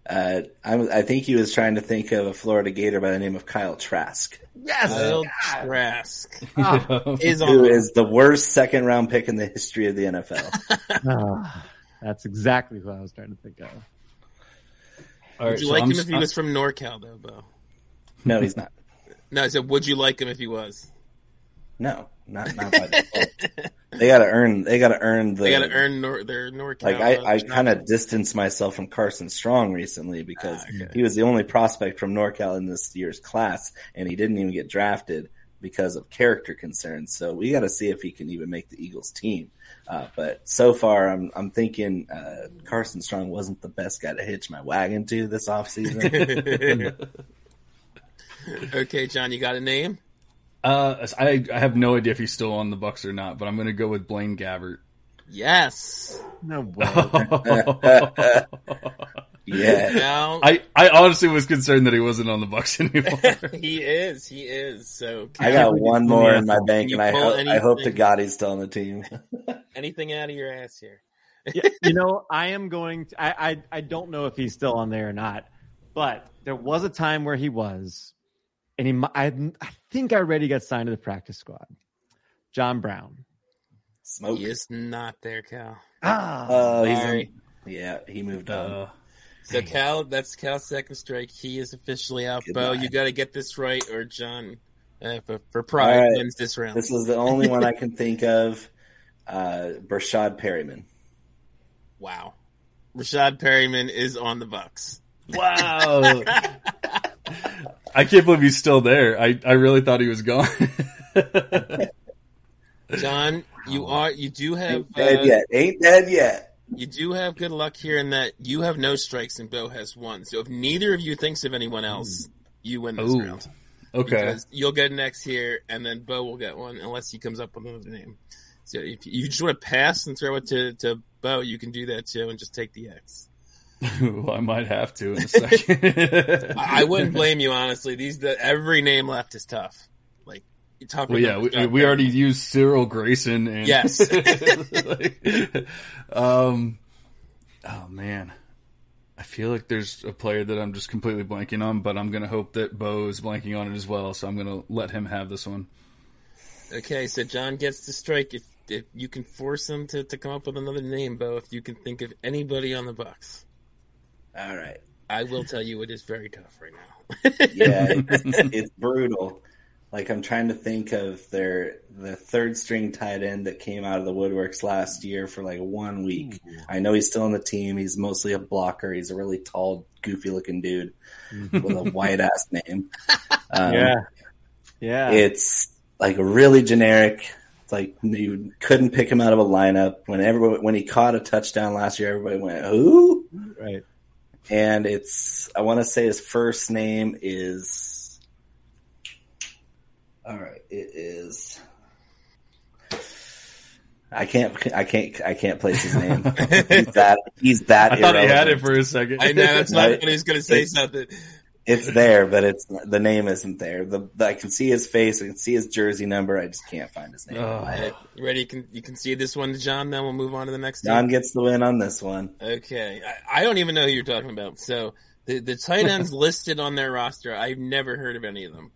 S6: Uh, I'm, I think he was trying to think of a Florida Gator by the name of Kyle Trask,
S5: Yes,
S3: Kyle
S4: Uh,
S3: Trask
S4: *laughs*
S3: is on.
S6: who
S3: the-
S6: is the worst second round pick in the history of the
S3: *laughs*
S6: NFL.
S5: Ah, that's exactly who I was trying to think of.
S4: All right,
S3: Would you
S4: so
S3: like
S4: I'm-
S3: him if he was from NorCal though, Bo?
S6: No, he's not.
S3: No, I said, would you like him if he was?
S6: No, not
S3: *laughs*
S6: not by default. They gotta earn. They gotta earn the.
S3: They got to earn nor- their NorCal.
S6: Uh, Like I, I
S3: uh,
S6: kind of distanced myself from Carson Strong recently because
S3: Ah, okay.
S6: he was the only prospect from NorCal in this year's class, and he didn't even get drafted because of character concerns. So we got to see if he can even make the Eagles team. Uh, but so far, I'm I'm thinking uh, Carson Strong wasn't the best guy to hitch my wagon to this offseason.
S3: *laughs* okay, John, you got a name?
S4: uh, I, I have no idea if he's still on the Bucks or not, but I'm going to go with Blaine Gabbert. *laughs*
S3: Yes.
S5: *laughs* No way.
S6: yeah,
S3: Now
S4: I, I honestly was concerned that he wasn't on the Bucks *laughs* anymore.
S3: *laughs* he is. He is. So
S6: I got one more in my bank,
S3: Can you
S6: and I
S3: pull
S6: hope I hope to
S3: anything?
S6: God he's still on the team. *laughs*
S3: anything out of your ass here?
S5: you know, I am going. To, I, I I don't know if he's still on there or not, but there was a time where he was, and he. mi- I I think I already got signed to the practice squad. John Brown.
S6: Smoke.
S3: He is not there, Cal. Uh,
S5: Ah,
S6: Oh, he's
S3: Sorry.
S6: in, yeah, he moved on.
S4: uh,
S3: So Cal, that's Cal's second strike. He is officially out. Bo,
S6: Goodbye.
S3: you got to get this right, or John, uh, for, for pride,
S6: All right.
S3: wins this round.
S6: This is the only one I can think of. Uh, Brashad Perryman.
S3: wow, Rashad Perryman is on the Bucks.
S4: wow. I can't believe he's still there. I, I really thought he was gone. *laughs*
S3: John, you are you do have uh,
S6: Ain't dead yet. Ain't dead yet.
S3: You do have good luck here in that you have no strikes and Bo has one. So if neither of you thinks of anyone
S6: Hmm.
S3: else, you win this
S4: Ooh,
S3: round.
S4: okay.
S3: Because you'll get an X here, and then Bo will get one unless he comes up with another name. So if you just want to pass and throw it to, to Bo, you can do that too and just take the X.
S4: *laughs* Ooh, I might have to in a second.
S3: *laughs* I, I
S4: *laughs*
S3: wouldn't blame you honestly. These the, every name left is tough. Like tough.
S4: Well, yeah, we, we already used Cyril Grayson. And
S3: Yes.
S4: *laughs* um, oh man, I feel like there's a player that I'm just completely blanking on, but I'm gonna hope that Bo is blanking on it as well. So I'm gonna let him have this one.
S3: Okay, so John gets to strike if if you can force him to, to come up with another name, Bo, if you can think of anybody on the Bucks.
S6: All right.
S3: I will tell you, it is very tough right now. *laughs*
S6: Yeah, it's, it's brutal. Like I'm trying to think of their the third string tight end that came out of the woodworks last year for like one week. I know he's still on the team. He's mostly a blocker. He's a really tall, goofy looking dude with a white ass name. Um,
S5: yeah, yeah.
S6: It's like really generic. It's like you couldn't pick him out of a lineup. When everybody, when he caught a touchdown last year, everybody went, "Who?"
S5: right.
S6: and it's I want to say his first name is. All right, it is. I can't. I can't. I can't place
S4: *laughs*
S6: his name. he's that. He's that.
S4: I thought he had it
S6: irrelevant.
S4: for a second.
S3: I know
S4: *laughs*
S3: that's not
S6: Right.
S3: when he's going to say
S6: It's-
S3: something.
S6: It's there, but it's the name isn't there. The, the- I can see his face. I can see his jersey number. I just can't find
S4: Oh,
S6: his
S4: Ugh.
S6: name.
S3: Uh, you ready? You can you can see this one to John. Then we'll move on to the next.
S6: John
S3: team?
S6: gets the win on this one.
S3: Okay, I, I don't even know who you're talking about. So the the tight
S6: *laughs*
S3: ends listed on their roster, I've never heard of any of them.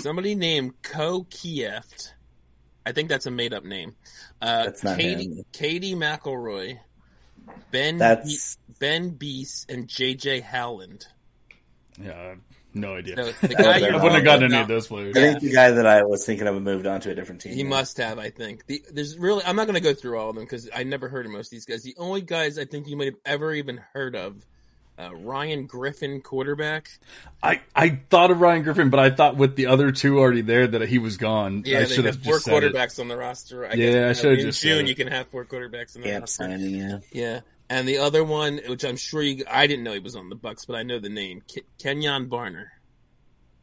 S3: Somebody named Ko Kieft. I think that's a made up name. Uh,
S6: That's not
S3: Katie
S6: him.
S3: Katie McElroy, Ben
S6: That's
S3: Ben Beast, and JJ Howland.
S4: Yeah, no idea.
S3: No, the
S6: I
S3: guy
S6: wouldn't
S4: I
S3: you're
S4: wouldn't have
S3: talking
S4: gotten any
S3: about-
S4: of those players.
S6: I think the guy that I was thinking of moved on to a different team.
S3: He must have, I think. The, there's really, I'm not going to go through all of them because I never heard of most of these guys. The only guys I think you might have ever even heard of, uh, Ryan Griffin, quarterback.
S4: I, I thought of Ryan Griffin, but I thought with the other two already there that he was gone.
S3: Yeah,
S4: I
S3: they
S4: should have
S3: have four
S4: just said it.
S3: quarterbacks on the roster. I
S4: Yeah, I
S3: guess, you know,
S4: should've
S3: in
S4: just said
S3: June
S4: it.
S3: you can have four quarterbacks on the
S6: Camp
S3: roster.
S6: signing. Yeah.
S3: Yeah, and the other one, which I'm sure you, I didn't know he was on the Bucks, but I know the name, Ke- Kenyon Barner.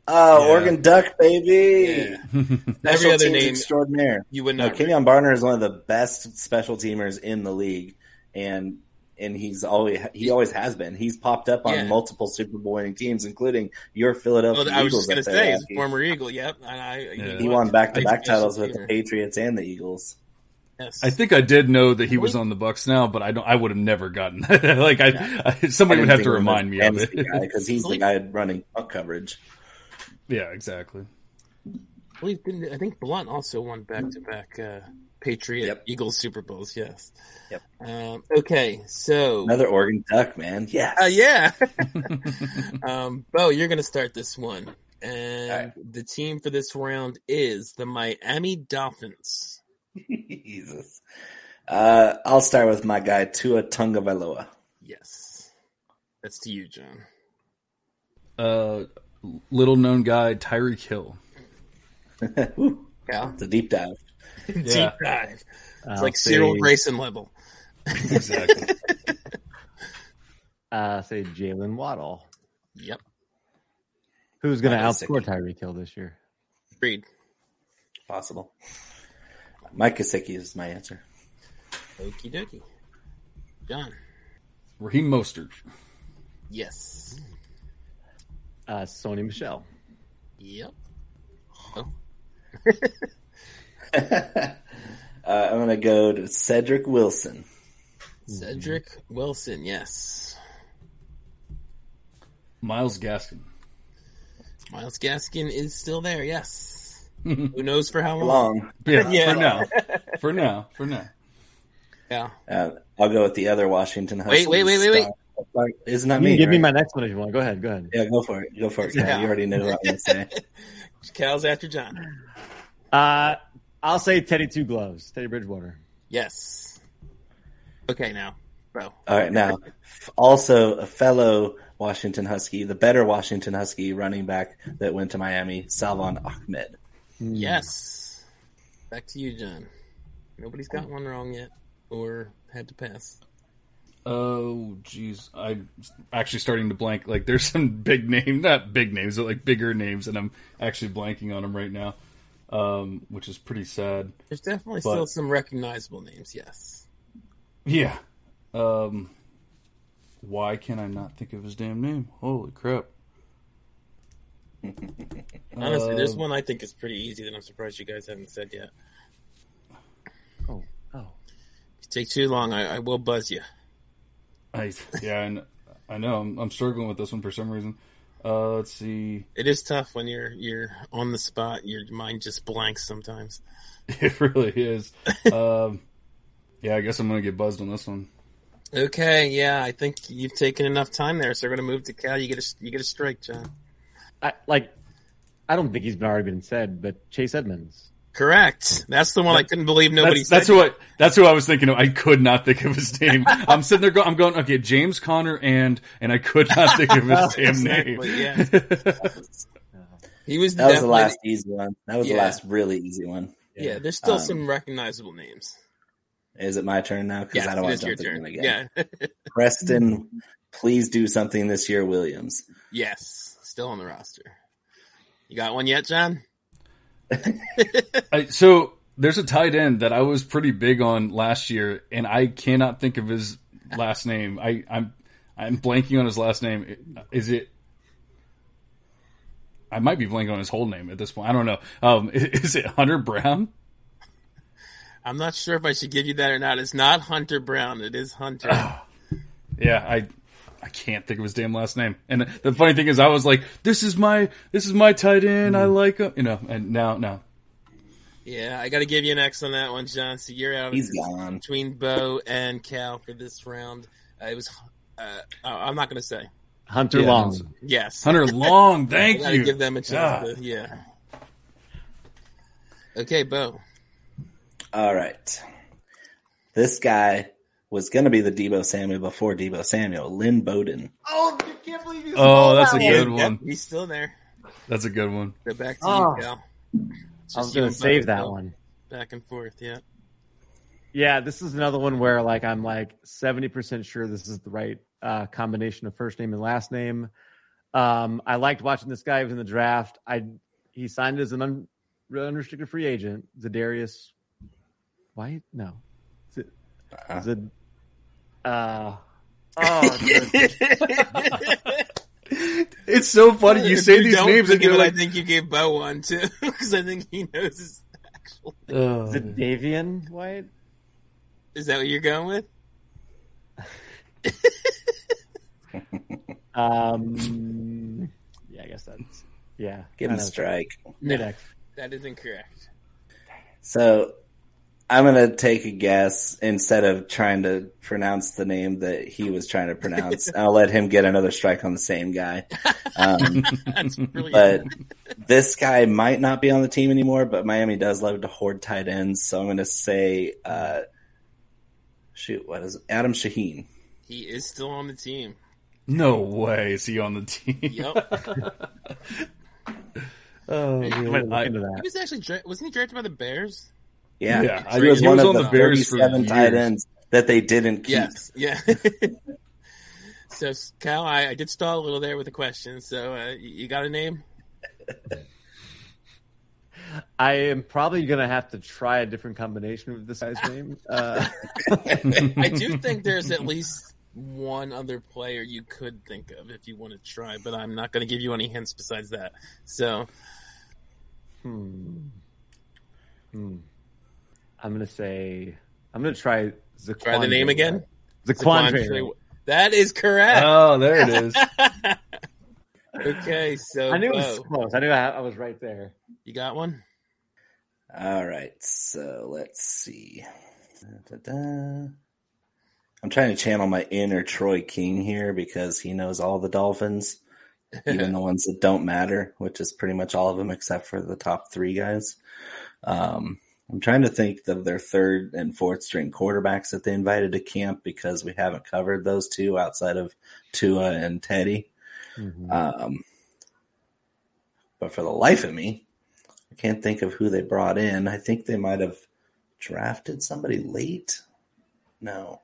S6: Oh,
S4: Yeah.
S6: Oregon Duck, baby!
S3: Yeah.
S4: *laughs*
S3: *laughs*
S6: Special
S3: Every other
S6: teams
S3: name-
S6: extraordinaire.
S3: You would
S6: No,
S3: not.
S6: Kenyon Barner is one of the best special teamers in the league, and and he's always he always has been. He's popped up on
S3: Yeah.
S6: multiple Super Bowl winning teams, including your Philadelphia
S3: Well, I was
S6: Eagles.
S3: just going to
S6: up there,
S3: say, he's
S6: Rocky.
S3: a former Eagle. Yep, and I,
S4: Yeah.
S6: he won back to back
S3: Special
S6: titles with the
S3: teamer.
S6: Patriots and the Eagles.
S3: Yes.
S4: I think I did know that he was on the Bucks now, but I don't. I would have never gotten that. *laughs* like I, I somebody would have to remind me of it.
S6: because he's the guy running puck coverage.
S4: *laughs* yeah, exactly.
S3: Well, he's been, I think Blunt also won back to back uh, Patriot
S6: Yep.
S3: Eagles Super Bowls. Yes.
S6: Yep.
S3: Um, okay, so
S6: Another Oregon Duck, man. Yes.
S3: uh, yeah, um, Bo, you're going to start this one, and the team for this round is the Miami Dolphins.
S6: *laughs* Jesus. Uh, I'll start with my guy Tua Tungavailoa.
S3: Yes, that's to you, John.
S4: Uh, little known guy Tyreek Hill.
S6: Woo,
S3: Yeah,
S6: it's a deep dive.
S4: Yeah.
S3: deep dive. It's
S5: I'll
S3: like Cyril
S5: say-
S3: Grayson level.
S4: Exactly. *laughs*
S5: Uh, say Jalen Waddle,
S3: Yep,
S5: who's going to
S6: Waddle's
S5: outscore Tyreek Hill this year.
S3: agreed.
S6: Possible. Mike Kosicki is my answer. *laughs*
S3: Okie dokie, John.
S4: Raheem Mostert.
S3: Yes.
S5: Uh, Sony Michelle,
S3: Yep. Oh,
S6: Uh, I'm going to go to Cedric Wilson.
S3: Cedric Wilson. Yes.
S4: Miles Gaskin.
S3: Miles Gaskin is still there, yes. Who knows for how long?
S6: Long.
S4: *laughs* Yeah,
S3: Yeah.
S4: for now. For now. For now.
S3: Yeah.
S6: Uh, I'll go with the other Washington.
S3: Wait, wait, wait, wait, wait.
S6: wait. Isn't that
S5: you
S6: me?
S5: can give me
S6: right?
S5: my next one if you want. Go ahead, go ahead.
S6: Yeah, go for it. Go for it. Cal.
S3: Yeah.
S6: You already knew what I'm going
S3: *laughs*
S6: to say.
S3: Cal's after John.
S5: Uh, I'll say Teddy Two Gloves, Teddy Bridgewater.
S3: Yes. Okay, now, bro.
S6: All right, now also a fellow Washington Husky, the better Washington Husky running back that went to Miami, Salvon Ahmed.
S4: Hmm.
S3: Yes. Back to you, John. Nobody's got one wrong yet or had to pass.
S4: Oh, jeez. I'm actually starting to blank. Like, there's some big name, not big names, but like bigger names, and I'm actually blanking on them right now, um, which is pretty sad.
S3: There's definitely
S4: But-
S3: still some recognizable names, yes.
S4: Yeah. Um, why can I not think of his damn name? Holy crap.
S3: Honestly,
S4: Uh,
S3: there's one I think is pretty easy that I'm surprised you guys haven't said yet.
S5: Oh, oh.
S3: If you take too long, I, I will buzz you.
S4: I, yeah, and I know I'm, I'm struggling with this one for some reason. Uh, let's see. *laughs*
S3: It is tough when you're you're on the spot. Your mind just blanks sometimes.
S4: It really is. Um, yeah, I guess I'm gonna get buzzed on this one.
S3: Okay, yeah, I think you've taken enough time there, so we're gonna move to Cal. You get a you get a strike, John.
S5: I like. I don't think he's been already been said, but Chase Edmonds.
S3: Correct. That's the one I couldn't believe nobody
S4: That's, that's
S3: said.
S4: who I. That's who I was thinking of. I could not think of his
S3: *laughs*
S4: name. I'm sitting there going, I'm going, okay, James Connor and and I could not think
S3: *laughs*
S4: of his damn
S3: Exactly,
S4: name.
S3: yeah.
S4: *laughs*
S3: he was
S6: That was the
S3: definitely-
S6: last easy one. That was the
S3: Yeah.
S6: last really easy one.
S3: Yeah, there's still
S6: Um,
S3: some recognizable names.
S6: Is it my turn now? Because
S3: Yeah,
S6: I don't
S3: it
S6: want
S3: is
S6: to
S3: your
S6: jump the gun
S3: turn.
S6: again.
S3: Yeah,
S5: Mm-hmm.
S6: Preston Please do something this year, Williams.
S3: *laughs* Yes, still on the roster. You got one yet, John?
S4: I, so there's a tight end that I was pretty big on last year, and I cannot think of his last name. I, I'm I'm blanking on his last name. Is it? I might be blanking on his whole name at this point. I don't know. Um, *laughs* is it Hunter Brown?
S3: I'm not sure if I should give you that or not. It's not Hunter Brown. It is Hunter.
S4: Yeah, I I can't think of his damn last name. And the funny thing is, I was like, "This is my this is my tight end. I like him," you know. And now, now,
S3: yeah, I got to give you an X on that one, John. So you're out.
S6: He's gone.
S3: between Bo and Cal for this round. Uh, it was. Uh, oh, I'm not going to say.
S5: Hunter
S4: Yeah.
S5: Long.
S3: Yes.
S4: Hunter *laughs* Long. Thank
S3: I gotta
S4: you.
S3: give them a
S6: Ah.
S3: chance.
S4: God.
S3: to- yeah. Okay, Bo.
S6: All right. This guy was going to be the Debo Samuel before Debo Samuel, Lynn Bowden.
S5: Oh, I can't believe you.
S4: Oh, that's a
S5: Yeah.
S4: good
S3: Yep,
S4: one.
S3: he's still there.
S4: That's a good one.
S3: Go back to
S4: Ah.
S5: Oh.
S3: you, Cal. It's
S5: I
S3: just
S5: was
S3: you
S5: going
S3: and
S5: to
S3: Bo,
S5: save that
S3: Bo.
S5: one.
S3: Back and forth, yeah.
S5: Yeah, this is another one where like I'm like 70% sure this is the right uh, combination of first name and last name. Um, I liked watching this guy. He was in the draft. I he signed as an un, unrestricted free agent. Zadarius White? No. Z,
S6: Uh-huh.
S5: Zed- uh, oh,
S4: It's so funny. You
S3: If
S4: say these
S3: don't
S4: names and
S3: think of
S4: you're
S3: it,
S4: like,
S3: I think you gave Bo one too, *laughs* because I think he knows. His, actual.
S5: Zadavian White?
S3: Is that what you're going with?
S5: Um, yeah, I guess that's yeah.
S6: Give
S5: I
S6: him a
S5: know.
S6: strike.
S5: Mid-X.
S3: That is incorrect.
S6: So I'm going to take a guess instead of trying to pronounce the name that he was trying
S5: *laughs*
S6: to pronounce. I'll let him get another strike on the same guy. Um,
S4: *laughs*
S3: That's brilliant.
S6: but this guy might not be on the team anymore, but Miami does love to hoard tight ends. So I'm going to say, uh, shoot, what is it? Adam Shaheen.
S3: he is still on the team.
S4: no way is he on the team?
S3: Yep.
S5: *laughs*
S4: Oh,
S3: Hey,
S5: I'm
S4: man.
S5: gonna look
S4: I-
S5: into
S3: he
S5: that.
S3: was actually dra- wasn't he drafted by the Bears?
S6: Yeah.
S4: Yeah, I-
S6: he was
S4: he
S6: one
S4: was
S6: of
S4: on
S6: the,
S4: the Bears for
S6: 37 tight
S4: years.
S6: ends that they didn't keep.
S3: Yes. *laughs* Yeah. so Kyle, I, I did stall a little there with a question. So uh, you- you got a name?
S5: I am probably gonna have to try a different combination of this guy's *laughs* name. Uh,
S3: I do think there's at least one other player you could think of if you want to try, but I'm not going to give you any hints besides that. So
S5: hmm. Hmm. I'm gonna say I'm gonna try Zaquan.
S3: try the name again.
S5: Zaquan.
S3: Zaquandre- That is correct.
S4: *laughs* Oh, there it is.
S3: okay, so
S5: I knew it was
S3: Bo,
S5: close. I knew I, I was right there.
S3: you got one.
S6: All right. So let's see. Da-da-da. I'm trying to channel my inner Troy King here because he knows all the Dolphins, even the ones that don't matter, which is pretty much all of them except for the top three guys. Um, I'm trying to think of their third and fourth string quarterbacks that they invited to camp because we haven't covered those two outside of Tua and Teddy.
S5: Mm-hmm.
S6: Um, but for the life of me, I can't think of who they brought in. I think they might have drafted somebody late. No.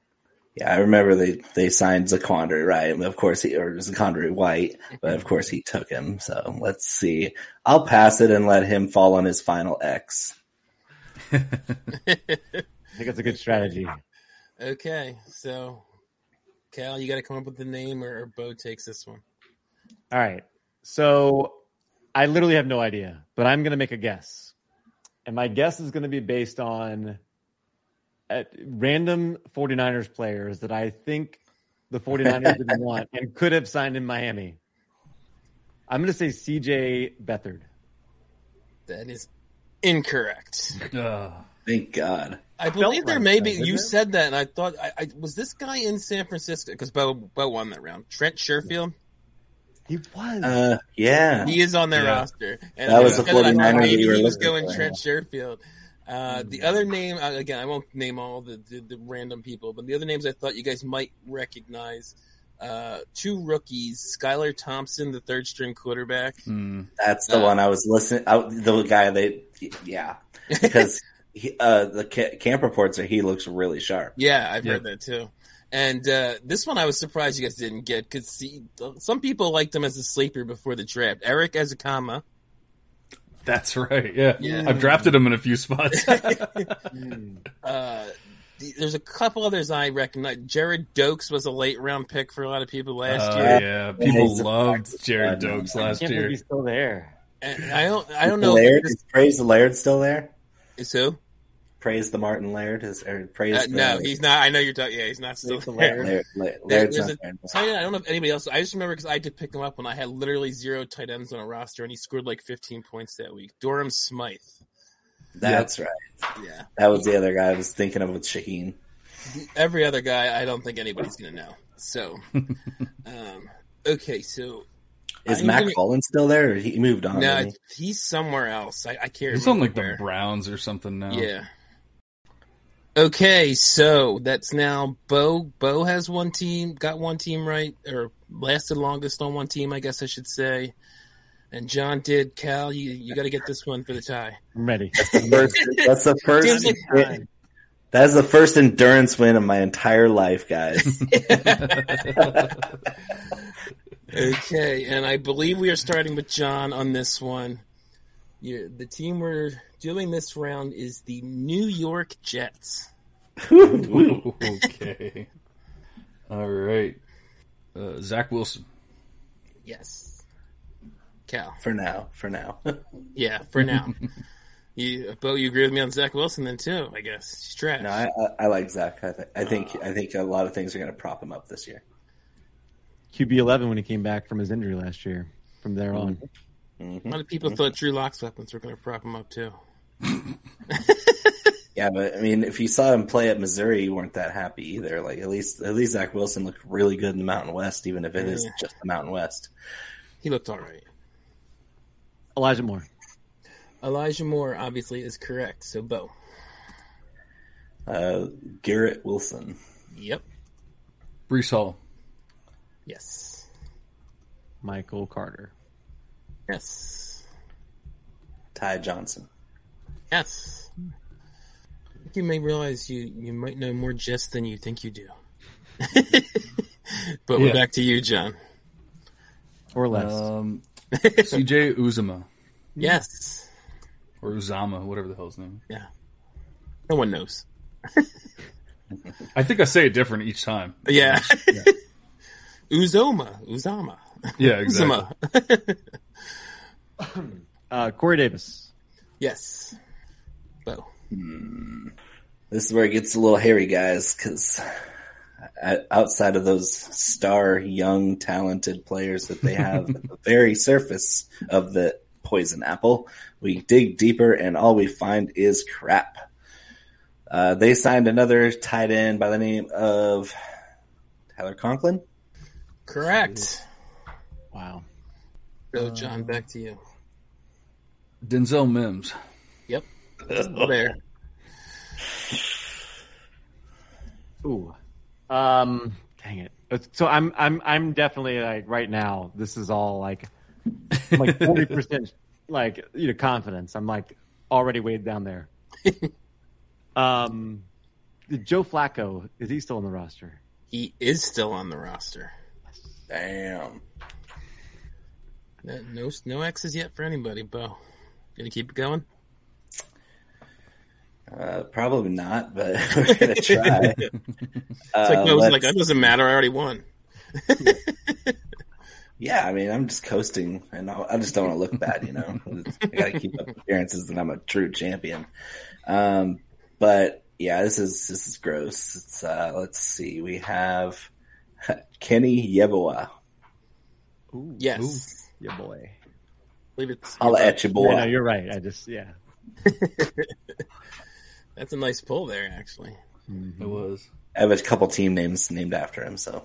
S6: Yeah, I remember they, they signed Zakondre, right? And Of course he or Zakondre White, but of course he took him. So let's see. I'll pass it and let him fall on his final X.
S5: I think that's a good strategy.
S3: Okay, so Cal, you got to come up with a name, or, or Bo takes this one.
S5: All right. So I literally have no idea, but I'm going to make a guess. And my guess is going to be based on at random 49ers players that I think the 49ers *laughs* didn't want and could have signed in Miami. I'm going to say CJ Bethard.
S3: That is incorrect.
S4: Ah.
S6: Thank God.
S3: I believe
S5: like
S3: there may
S5: that,
S3: be.
S5: didn't
S3: You
S5: it?
S3: said that, and I thought, I, I was this guy in San Francisco because Bo Bo won that round. Trent Sherfield,
S5: He was.
S6: Uh, yeah.
S3: he is on their
S4: Yeah.
S3: roster. And
S6: That was
S3: because
S6: the
S3: I thought
S6: 49er that
S3: maybe
S6: you were
S3: he was
S6: looking
S3: going
S6: for,
S3: Trent Sherfield. Uh,
S4: Mm.
S3: the other name, uh, again, I won't name all the, the, the random people, but the other names I thought you guys might recognize. Uh, two rookies, Skylar Thompson, the third string quarterback.
S4: Hmm.
S6: That's the
S3: Uh, *laughs*
S6: one I was listening. I, the guy they, yeah, because he, uh, the ca- camp reports are he looks really sharp.
S3: Yeah, I've
S4: Yeah.
S3: heard that too. And uh, this one I was surprised you guys didn't get because some people liked him as a sleeper before the draft. Eric as a comma.
S4: That's right. Yeah.
S3: Yeah.
S4: I've drafted him in a few spots.
S3: Uh, th- there's a couple others I recognize. Jared Dokes was a late round pick for a lot of people last
S4: Oh,
S3: year.
S4: yeah. People
S6: he's a-
S4: loved Jared Dokes
S5: I
S4: last
S5: can't believe
S4: year.
S5: he's still there.
S3: And I don't. I don't know.
S6: Laird
S3: If
S6: is praise the Laird still there?
S3: this, is who?
S6: Praise the Martin Laird is or praise
S3: Uh,
S6: the,
S3: no, he's not. I know you're talking. Yeah, he's not *laughs* still there.
S6: Laird, Laird- Laird's
S3: There's
S6: not
S3: a
S6: there.
S3: Tight end, I don't know if anybody else. I just remember because I did pick him up when I had literally zero tight ends on a roster, and he scored like 15 points that week. Durham Smythe.
S6: That's right.
S3: Yeah.
S6: That was the other guy I was thinking of with Shaheen.
S3: every other guy, I don't think anybody's gonna know. *laughs* So, um, okay, so
S6: Is
S3: I'm
S6: Mac
S3: gonna-
S6: Hollins still there? Or he moved on.
S3: now
S6: didn't he?
S3: he's somewhere else. I, I can't.
S4: He's on
S3: remember
S4: like the
S3: where.
S4: Browns or something
S6: Oh.
S4: now.
S3: yeah. Okay, so that's now Bo. Bo has one team, got one team right, or lasted longest on one team, I guess I should say. And John did. Cal, you, you got to get this one for the tie.
S5: I'm ready.
S6: First- that's the
S3: Seems *laughs*
S6: first. *laughs*
S3: like-
S6: That's the first endurance win of my entire
S3: *laughs*
S6: life, guys.
S3: Okay, and I believe we are starting with John on this one. you the team we're doing this round is the New York Jets.
S4: Ooh, okay. *laughs* All right. Uh, Zach Wilson.
S3: Yes. Cal.
S6: for now, for now.
S3: Yeah, for now. *laughs* you, Bo, you agree with me on Zach Wilson then too, I guess. He's trash.
S6: No, I, I, I like Zach. I, th- I think I think a lot of things are going to prop him up this year.
S5: QB eleven when he came back from his injury last year. From there on,
S3: A lot of people
S4: Mm-hmm.
S3: thought Drew Locke's weapons were going to prop him up too.
S6: Yeah, but I mean, if you saw him play at Missouri, you weren't that happy either. Like at least at least Zach Wilson looked really good in the Mountain West, even if it is
S3: Yeah.
S6: just the Mountain West.
S3: He looked all right.
S5: Elijah Moore.
S3: Elijah Moore obviously is correct. So Bo.
S6: Uh, Garrett Wilson,
S3: Yep.
S4: Brees Hall.
S3: Yes.
S5: Michael Carter.
S3: Yes.
S6: Ty Johnson.
S3: Yes. I think You may realize you, you might know more Jets than you think you do. *laughs* but we're
S4: Yeah.
S3: back to you, John.
S5: Or less.
S4: Um, CJ Uzama.
S3: Yes.
S4: Or Uzama, whatever the hell his name. is.
S3: Yeah. No one knows.
S4: I think I say it different each time.
S3: Yeah. *laughs* Uzoma. Uzama.
S4: Yeah, exactly.
S3: Uzama. *laughs*
S5: uh, Corey Davis.
S3: yes. Bo.
S6: This is where it gets a little hairy, guys, because outside of those star, young, talented players that they have
S3: *laughs*
S6: at the very surface of the poison apple, we dig deeper and all we find is crap. Uh, they signed another tight end by the name of Tyler Conklin.
S3: Correct.
S4: Mm-hmm.
S5: Wow.
S3: So, John, back to you.
S4: Denzel Mims.
S3: Yep. There.
S5: Ooh. Um. Dang it. So I'm I'm I'm definitely like right now. This is all like I'm, like forty percent *laughs* like you know confidence. I'm like already way down there. um, Joe Flacco is he still on the roster?
S3: He is still on the roster.
S6: Damn.
S3: No, no, no X's yet for anybody, Bo. Gonna keep it going?
S6: Uh, probably not, but *laughs* we're going to try.
S3: *laughs* It's like,
S6: Uh,
S3: no, it's like,
S6: let's-
S3: that doesn't matter. I already won.
S6: Yeah, I mean, I'm just coasting, and I I just don't want to look bad, you know. *laughs* I got to keep up appearances that I'm a true champion. Um, but yeah, this is this is gross. It's uh, let's see, we have *laughs* Kenny Yeboah.
S5: Ooh.
S3: Yes.
S5: Yeah, boy.
S3: believe it's
S6: Holla at you, boy.
S5: Yeah, no, you're right. I just yeah.
S3: that's a nice pull there actually.
S4: It was.
S6: I have a couple team names named after him,
S5: *laughs*
S6: so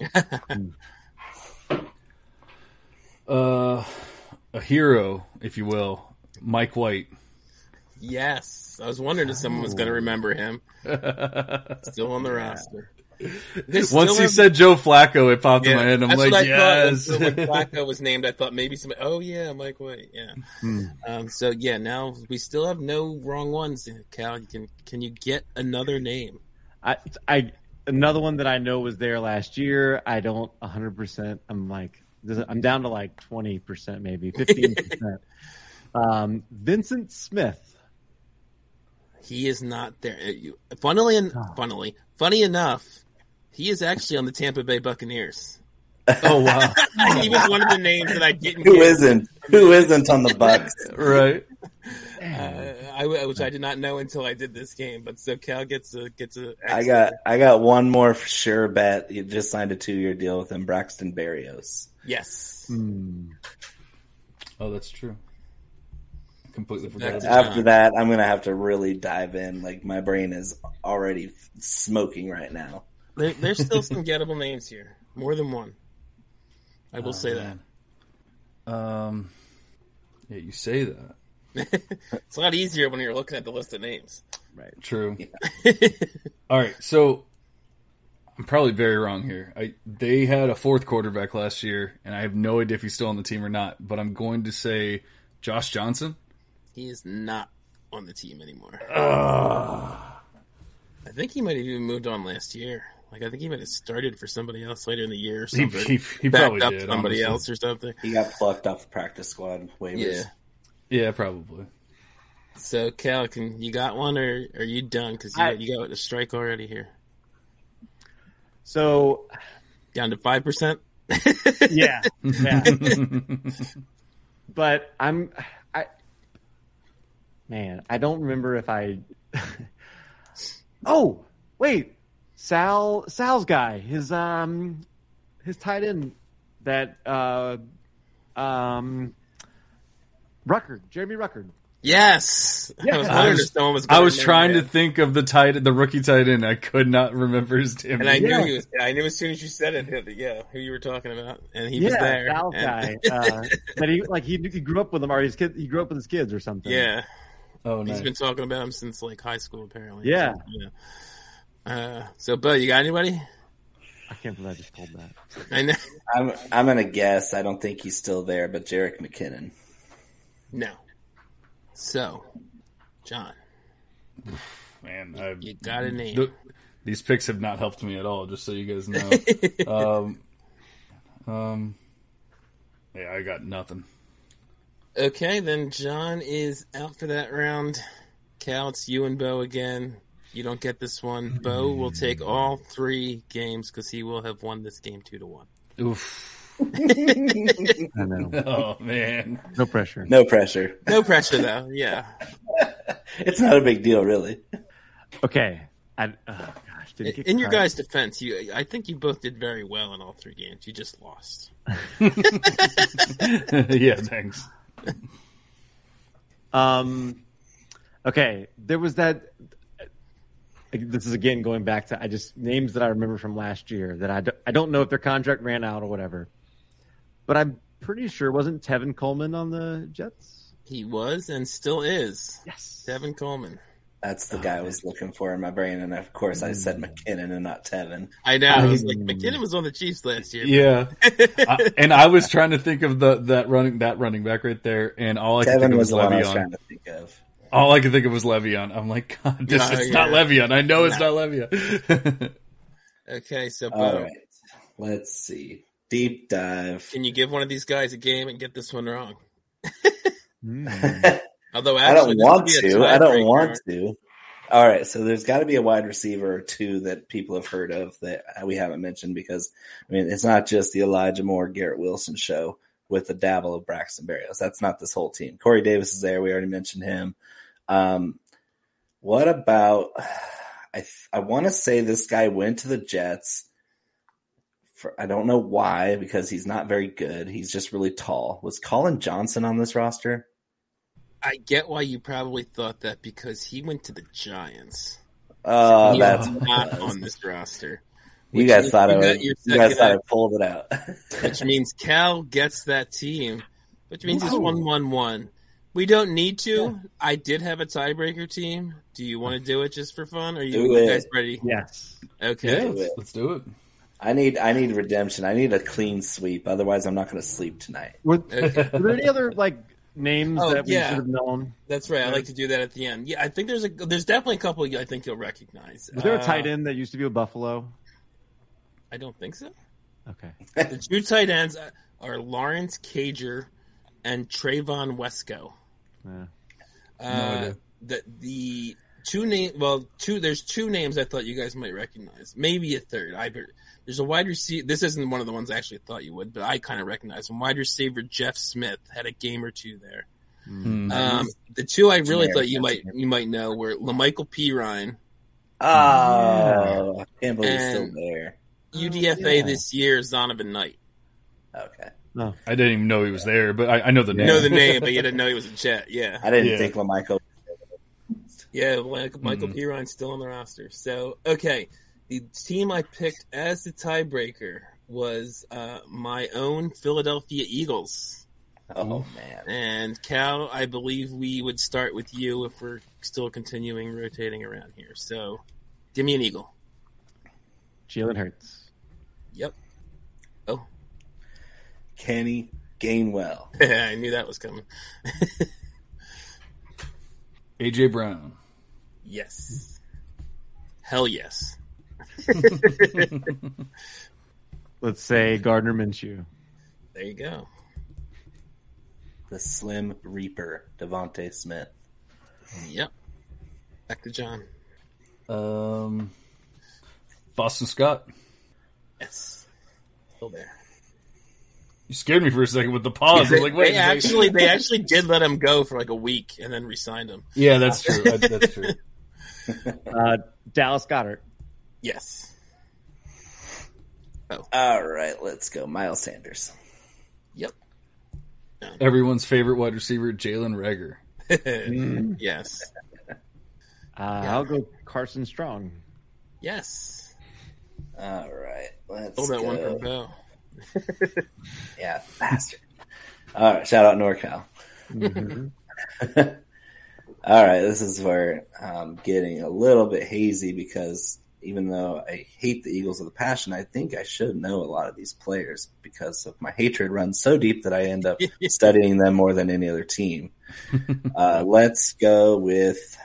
S4: Uh, a hero, if you will. Mike White.
S3: Yes, I was wondering if someone was going to remember him. Still on the roster. They still
S4: Once he
S3: have-
S4: said Joe Flacco, it popped in my head. I'm
S3: that's
S4: like,
S3: what I
S4: yes.
S3: Thought when, when Flacco was named, I thought maybe some. Oh yeah, I'm like, wait, yeah.
S6: Hmm.
S3: Um, so yeah, now we still have no wrong ones. Cal, you can can you get another name?
S5: I, I another one that I know was there last year. I don't 100. percent I'm like this- I'm down to like 20 percent, maybe 15 percent. Um, Vincent Smith.
S3: He is not there. Uh, you- Funnily, and funnily, funny enough, he is actually on the Tampa Bay Buccaneers.
S5: Oh wow,
S3: *laughs* he was one of the names that I didn't.
S6: Hmm. *laughs* Who
S3: get.
S6: isn't? Who isn't on the
S5: *laughs*
S6: Bucks?
S4: *laughs* right.
S3: Uh, I, which I did not know until I did this game. But so Cal gets a gets a.
S6: I got I got one more for sure bet. You just signed a two year deal with him, Braxton Berrios.
S3: yes.
S5: Hmm.
S4: Oh, that's true. I completely
S3: Back
S4: forgot.
S3: to-
S6: After that, I'm gonna have to really dive in. Like my brain is already smoking right now.
S3: There, there's still some gettable names here, more than one. I
S4: Oh,
S3: will say that.
S4: Um, yeah, you say that.
S3: It's a lot easier when you're looking at the list of names. *laughs*
S4: True. All right, so I'm probably very wrong here. I they had a fourth quarterback last year, and I have no idea if he's still on the team or not. But I'm going to say Josh Johnson.
S3: He is not on the team anymore. I think he might have even moved on last year. Like I think he might have started for somebody else later in the year or
S4: He,
S3: something.
S4: he, he probably
S3: backed up
S4: did.
S3: somebody
S4: honestly.
S3: else or something.
S6: He got plucked off the practice squad waivers.
S3: Yeah.
S4: Yeah, probably.
S3: So Cal, can you got one or are you done? Because you,
S5: I-
S3: you got a strike already here,
S5: *laughs* So
S3: down to five percent. *laughs*
S5: yeah, yeah. *laughs* but I'm, I, man, I don't remember if I. *laughs* oh wait, Sal, Sal's guy, his um, his tight end, that uh, um, Ruckard, Jeremy Ruckard.
S3: Yes. I was
S5: Yeah.
S3: wondering
S4: I was-
S3: if someone was.
S4: I
S3: gonna
S4: was
S3: remember
S4: trying to
S3: that.
S4: think of the tight, the rookie tight end. I could not remember his name.
S3: And I
S5: Yeah.
S3: knew he was. I knew as soon as you said it, that, yeah, who you were talking about, and he was
S5: yeah,
S3: there.
S5: Sal
S3: and- *laughs*
S5: guy. Uh, but he like he, he grew up with him, or his kid, he grew up with his kids or something.
S3: Yeah,
S4: oh, nice.
S3: he's been talking about him since like high school, apparently.
S5: Yeah.
S3: yeah. Uh, so, Bo, you got anybody?
S5: I can't believe I just pulled that.
S3: I know. *laughs*
S6: I'm I'm gonna guess. I don't think he's still there, but Jarek McKinnon.
S3: No. So, John,
S4: Man, I,
S3: you got a name.
S4: the- these picks have not helped me at all. Just so you guys
S3: *laughs*
S4: know. um, um, yeah, I got nothing.
S3: Okay, then John is out for that round. Cal, it's you and Bo again. You don't get this one. Bo will take all three games because he will have won this game two to
S5: *laughs*
S3: one. *laughs*
S4: Oof.
S5: I know.
S4: *laughs* Oh man. *laughs*
S5: No pressure.
S6: No pressure. *laughs*
S3: No pressure though. Yeah.
S6: It's not a big deal, really.
S5: Okay. I, oh gosh, did it get
S3: In your
S5: cut?
S3: guys' defense, you I think you both did very well in all three games. You just lost.
S4: yeah, thanks.
S5: Um, okay, there was that. This is again going back to I just names that I remember from last year that I, do, I don't know if their contract ran out or whatever, but I'm pretty sure wasn't Tevin Coleman on the Jets?
S3: He was and still is.
S5: Yes,
S3: Devin Coleman.
S6: That's the guy I was looking for in my brain, and of course I said
S4: Mm.
S6: McKinnon and not Tevin.
S3: I know. I was like
S6: Mm.
S5: Um,
S3: McKinnon was on the Chiefs last year.
S4: Yeah. I- and I was trying to think of the that running that running back right there, and all I could think of
S6: Tevin was
S4: was
S6: the one I was
S4: Le'Veon.
S6: trying to think of.
S4: All I could think of was Le'Veon. I'm like, *laughs* God, this
S3: No,
S4: is
S3: yeah.
S4: not Le'Veon. I know it's
S3: No.
S4: not Le'Veon.
S3: *laughs*
S4: *laughs*
S3: Okay, so Bo,
S6: All right. Let's see. Deep dive.
S3: can you give one of these guys a game and get this one wrong?
S5: Mm.
S3: Although
S6: I
S3: actually, this
S6: don't
S3: would
S6: want
S3: be a
S6: to. I don't
S3: tiebreaker.
S6: want to. All right, so there's got to be a wide receiver or two that people have heard of that we haven't mentioned because I mean it's not just the Elijah Moore Garrett Wilson show with the dabble of Braxton Berrios. That's not this whole team. Corey Davis is there. We already mentioned him. Um, what about? *sighs* I th- I want to say this guy went to the Jets. For I don't know why because he's not very good. He's just really tall. Was Colin Johnson on this roster?
S3: I get why you probably thought that because he went to the Giants.
S6: Oh,
S3: He
S6: that's
S3: was
S6: *laughs*
S3: not on this roster,
S6: You guys
S3: Which
S6: thought I
S3: you
S6: was,
S3: got
S6: you
S3: your
S6: guys
S3: second
S6: thought I
S3: act.
S6: pulled it out. *laughs*
S3: which means Cal gets that team, which means he's
S6: Wow.
S3: one one one, We don't need to. I did have a tiebreaker team. Do you want to do it just for fun? Are you,
S6: Do
S3: you
S6: it.
S3: guys ready?
S5: Yes.
S3: Okay.
S4: Yeah, let's, let's do it.
S6: I need I need redemption. I need a clean sweep. Otherwise, I'm not going to sleep tonight.
S5: Were,
S3: Okay.
S5: were there any other like names
S3: Oh,
S5: that we
S3: yeah.
S5: should have known?
S3: That's right. I like to do that at the end. Yeah, I think there's a there's definitely a couple you- I think you'll recognize.
S5: Was there a
S3: Uh,
S5: tight end that used to be with Buffalo?
S3: I don't think so.
S5: Okay.
S3: The two tight ends are Lawrence Cager and Trayvon Wesco.
S5: Yeah.
S3: Uh,
S4: idea.
S3: the the two name well two there's two names I thought you guys might recognize. Maybe a third. I bet- there's a wide receiver. This isn't one of the ones I actually thought you would, but I kind of recognize him. Wide receiver Jeff Smith had a game or two there.
S4: Hmm.
S3: Um, the two I really
S6: Generic,
S3: thought you
S6: that's
S3: might you might know were Lamichael Pirine.
S6: Oh, I can't believe he's still
S3: And-
S6: there.
S3: UDFA
S5: yeah.
S3: this year is Donovan Knight.
S6: Okay,
S4: I didn't even know he was there, but I, I know the
S3: You
S4: name.
S3: know the name, but you didn't know he was a Jet. Yeah,
S6: I didn't
S4: Yeah.
S6: think Lamichael.
S3: yeah. Like Michael
S4: Mhm.
S3: Piron's still on the roster. So okay, the team I picked as the tiebreaker was uh, my own Philadelphia Eagles.
S6: Oh
S3: Mm-hmm.
S6: man,
S3: And Cal, I believe we would start with you if we're still continuing rotating around here. So, give me an Eagle.
S5: Jalen Hurts.
S3: Yep,
S6: Kenny Gainwell.
S3: *laughs* I knew that was coming.
S4: AJ Brown.
S3: Yes. Hell yes.
S5: Let's say Gardner Minshew.
S3: There you go.
S6: the Slim Reaper, Devonte Smith.
S3: Yep. Back to John.
S4: Um, Boston Scott.
S3: Yes. Still there.
S4: You scared me for a second with the pause. I was like, wait.
S3: they
S4: a second.
S3: actually they actually did let him go for like a week and then re-signed him.
S4: yeah, that's true. That- that's true. *laughs*
S5: Uh, Dallas Goddard.
S3: Yes.
S6: All right, let's go. Miles Sanders.
S3: Yep.
S4: Everyone's favorite wide receiver, Jalen Rager.
S3: *laughs*
S5: Mm.
S3: yes.
S5: Uh, I'll go Carson Strong.
S3: Yes.
S6: All right, let's
S3: Stole that
S6: go.
S3: one from Bo.
S6: yeah, bastard. All right, shout out NorCal.
S5: Mm-hmm.
S6: All right, this is where I'm getting a little bit hazy because even though I hate the Eagles with a passion, I think I should know a lot of these players because of my hatred runs so deep that I end
S4: *laughs*
S6: up studying them more than any other team. Uh, let's go with.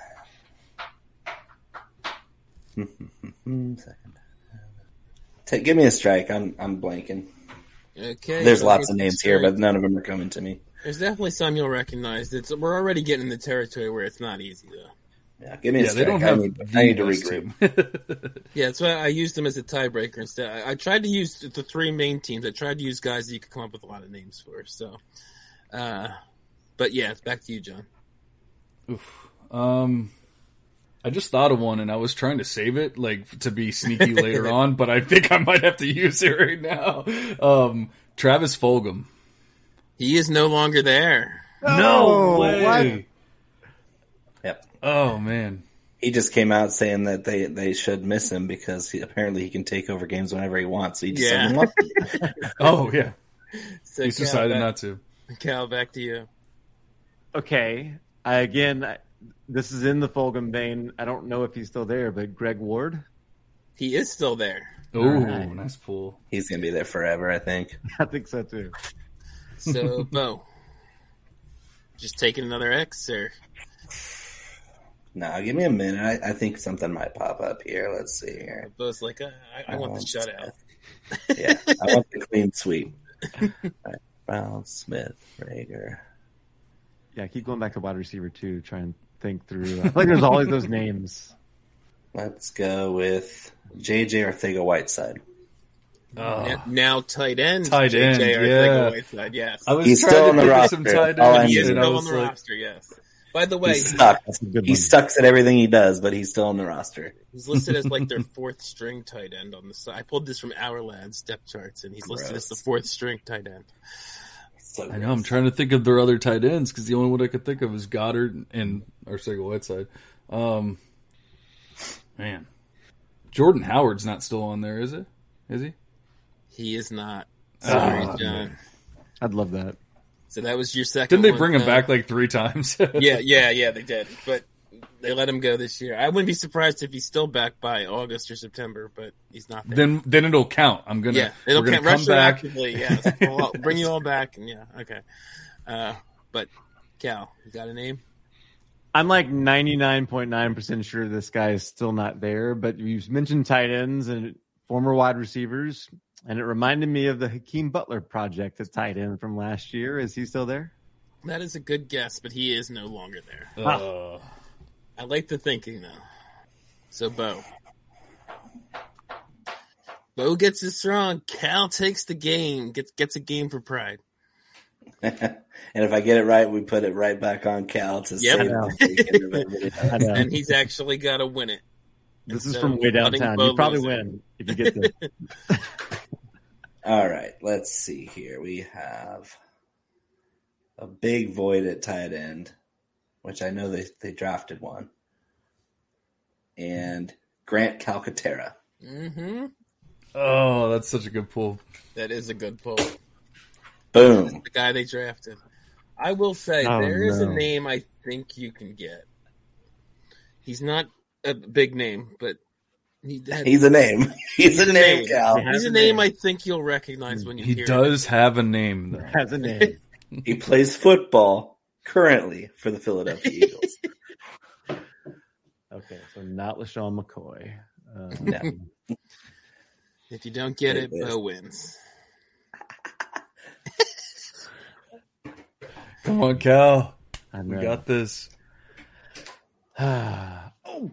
S6: *laughs* Ta- Give me a strike. I'm I'm blanking.
S3: *laughs* Okay.
S6: There's
S3: so
S6: lots
S3: it's-
S6: of names here, but none of them are coming to me.
S3: there's definitely some you'll recognize. It's we're already getting in the territory where it's not easy though.
S6: Yeah, give me a
S4: Yeah, they
S6: strike.
S4: don't
S6: I
S4: have.
S6: need,
S4: the
S6: I need to
S4: best
S6: regroup.
S4: *laughs* team.
S3: Yeah, that's why I used them as a tiebreaker instead. I, I tried to use the three main teams. I tried to use guys that you could come up with a lot of names for. So, uh, but yeah, it's back to you, John.
S4: Um, I just thought of one, and I was trying to save it, like to be sneaky later on. But I think I might have to use it right now. Um, Travis Fulgham.
S3: He is no longer there.
S5: No way.
S6: Yep.
S4: Oh man.
S6: He just came out saying that they, they should miss him because he, apparently he can take over games whenever he wants. So you just
S3: Yeah.
S6: send him
S3: *laughs*
S6: off.
S4: Oh yeah.
S3: So
S4: He's
S3: Cal,
S4: decided
S3: back,
S4: not to.
S3: Cal, back to you.
S5: Okay. I, again, I, this is in the Fulgham vein. I don't know if he's still there, but Greg Ward. *laughs*
S3: He is still there.
S4: Oh,
S5: right.
S4: nice pull.
S6: He's gonna be there forever, I think.
S5: I think so too.
S3: So,
S6: *laughs*
S3: Bo, just taking another X, or
S6: No, give me a minute. I, I think something might pop up here. Let's see here.
S3: Bo's like, uh, I, I want the
S6: Um,
S3: shutout.
S6: Yeah, I want the clean sweep. Right. Brown, Smith, Rager.
S5: Yeah, I keep going back to wide receiver too, try and think through. I like there's always those names.
S6: Let's go with JJ Ortega Whiteside.
S4: Oh.
S3: Now, now tight end,
S4: Tight end,
S3: JJ
S4: yeah.
S3: Whiteside, yes,
S4: I was
S6: He's
S4: trying
S6: still
S4: to
S6: on the
S4: think of
S6: roster.
S4: some
S6: Oh,
S4: tight
S6: All I
S4: ends,
S3: he is
S6: knew.
S4: and I
S3: still on
S4: was
S3: the
S4: like,
S3: roster. Yes. By the way,
S6: he sucks.
S5: That's a good
S6: He
S5: one.
S6: sucks at everything he does, but he's still on the roster.
S3: He's listed as
S6: *laughs*
S3: like their fourth string tight end on the side. I pulled this from Our Lad's depth charts, and he's listed as
S6: Gross.
S3: the fourth string tight end.
S6: So
S4: I know. I'm trying to think of their other tight ends because the only one I could think of is Goddard and Arcega Whiteside. Um, man, Jordan Howard's not still on there, is it? Is he?
S3: He is not. Sorry,
S4: Ah,
S3: John.
S5: I'd love that.
S3: So that was your second.
S4: Didn't they
S3: one.
S4: bring him
S3: Uh,
S4: back like three times? *laughs*
S3: yeah, yeah, yeah, they did. But they let him go this year. I wouldn't be surprised if he's still back by August or September, but he's not there.
S4: Then then it'll count. I'm gonna.
S3: yeah, it'll
S4: we're gonna
S3: count
S4: come back.
S3: retroactively. Yes, Well, I'll bring
S4: *laughs*
S3: you all back. And yeah, okay. Uh, but Cal, you got a name?
S5: I'm like 99.9% sure this guy is still not there, but you mentioned tight ends and former wide receivers, and it reminded me of the Hakeem Butler project at tight end from last year. Is he still there?
S3: That is a good guess, but he is no longer there.
S4: Uh,
S3: I like the thinking though. So Bo. Bo gets this wrong. Cal takes the game. Gets gets a game for pride.
S6: *laughs* and if I get it right, we put it right back on Cal to
S3: Yep.
S6: save
S5: Wow.
S6: the weekend of
S5: *laughs*
S6: everybody else.
S5: I know.
S3: And he's actually gotta win it.
S5: This is
S3: so
S5: from way
S3: letting
S5: downtown.
S3: Bo
S5: You probably
S3: lose it.
S5: win if you get this.
S6: All right, let's see here. We have a big void at tight end, which I know they, they drafted one, and Grant Calcaterra.
S3: Mm-hmm.
S4: oh, that's such a good pull.
S3: That is a good pull.
S6: Boom.
S3: The guy they drafted. I will say
S5: Oh,
S3: there is
S5: no.
S3: a name I think you can get. He's not a big name, but he, that,
S6: He's a name. *laughs* He's a name, Cal.
S5: Yeah.
S3: he's
S5: has
S3: a
S5: a
S3: name
S5: name.
S3: I think you'll recognize when you
S4: He
S3: hear. it.
S4: does have a name though.
S5: *laughs* Has a name.
S6: He plays football currently for
S5: *laughs*
S6: the Philadelphia Eagles.
S5: Okay, so not LaShawn McCoy. Um,
S6: No.
S3: If you don't get it,
S6: It is.
S3: Bo wins.
S4: Come on, Cal.
S5: I
S4: We
S5: know.
S4: got this.
S5: *sighs* oh,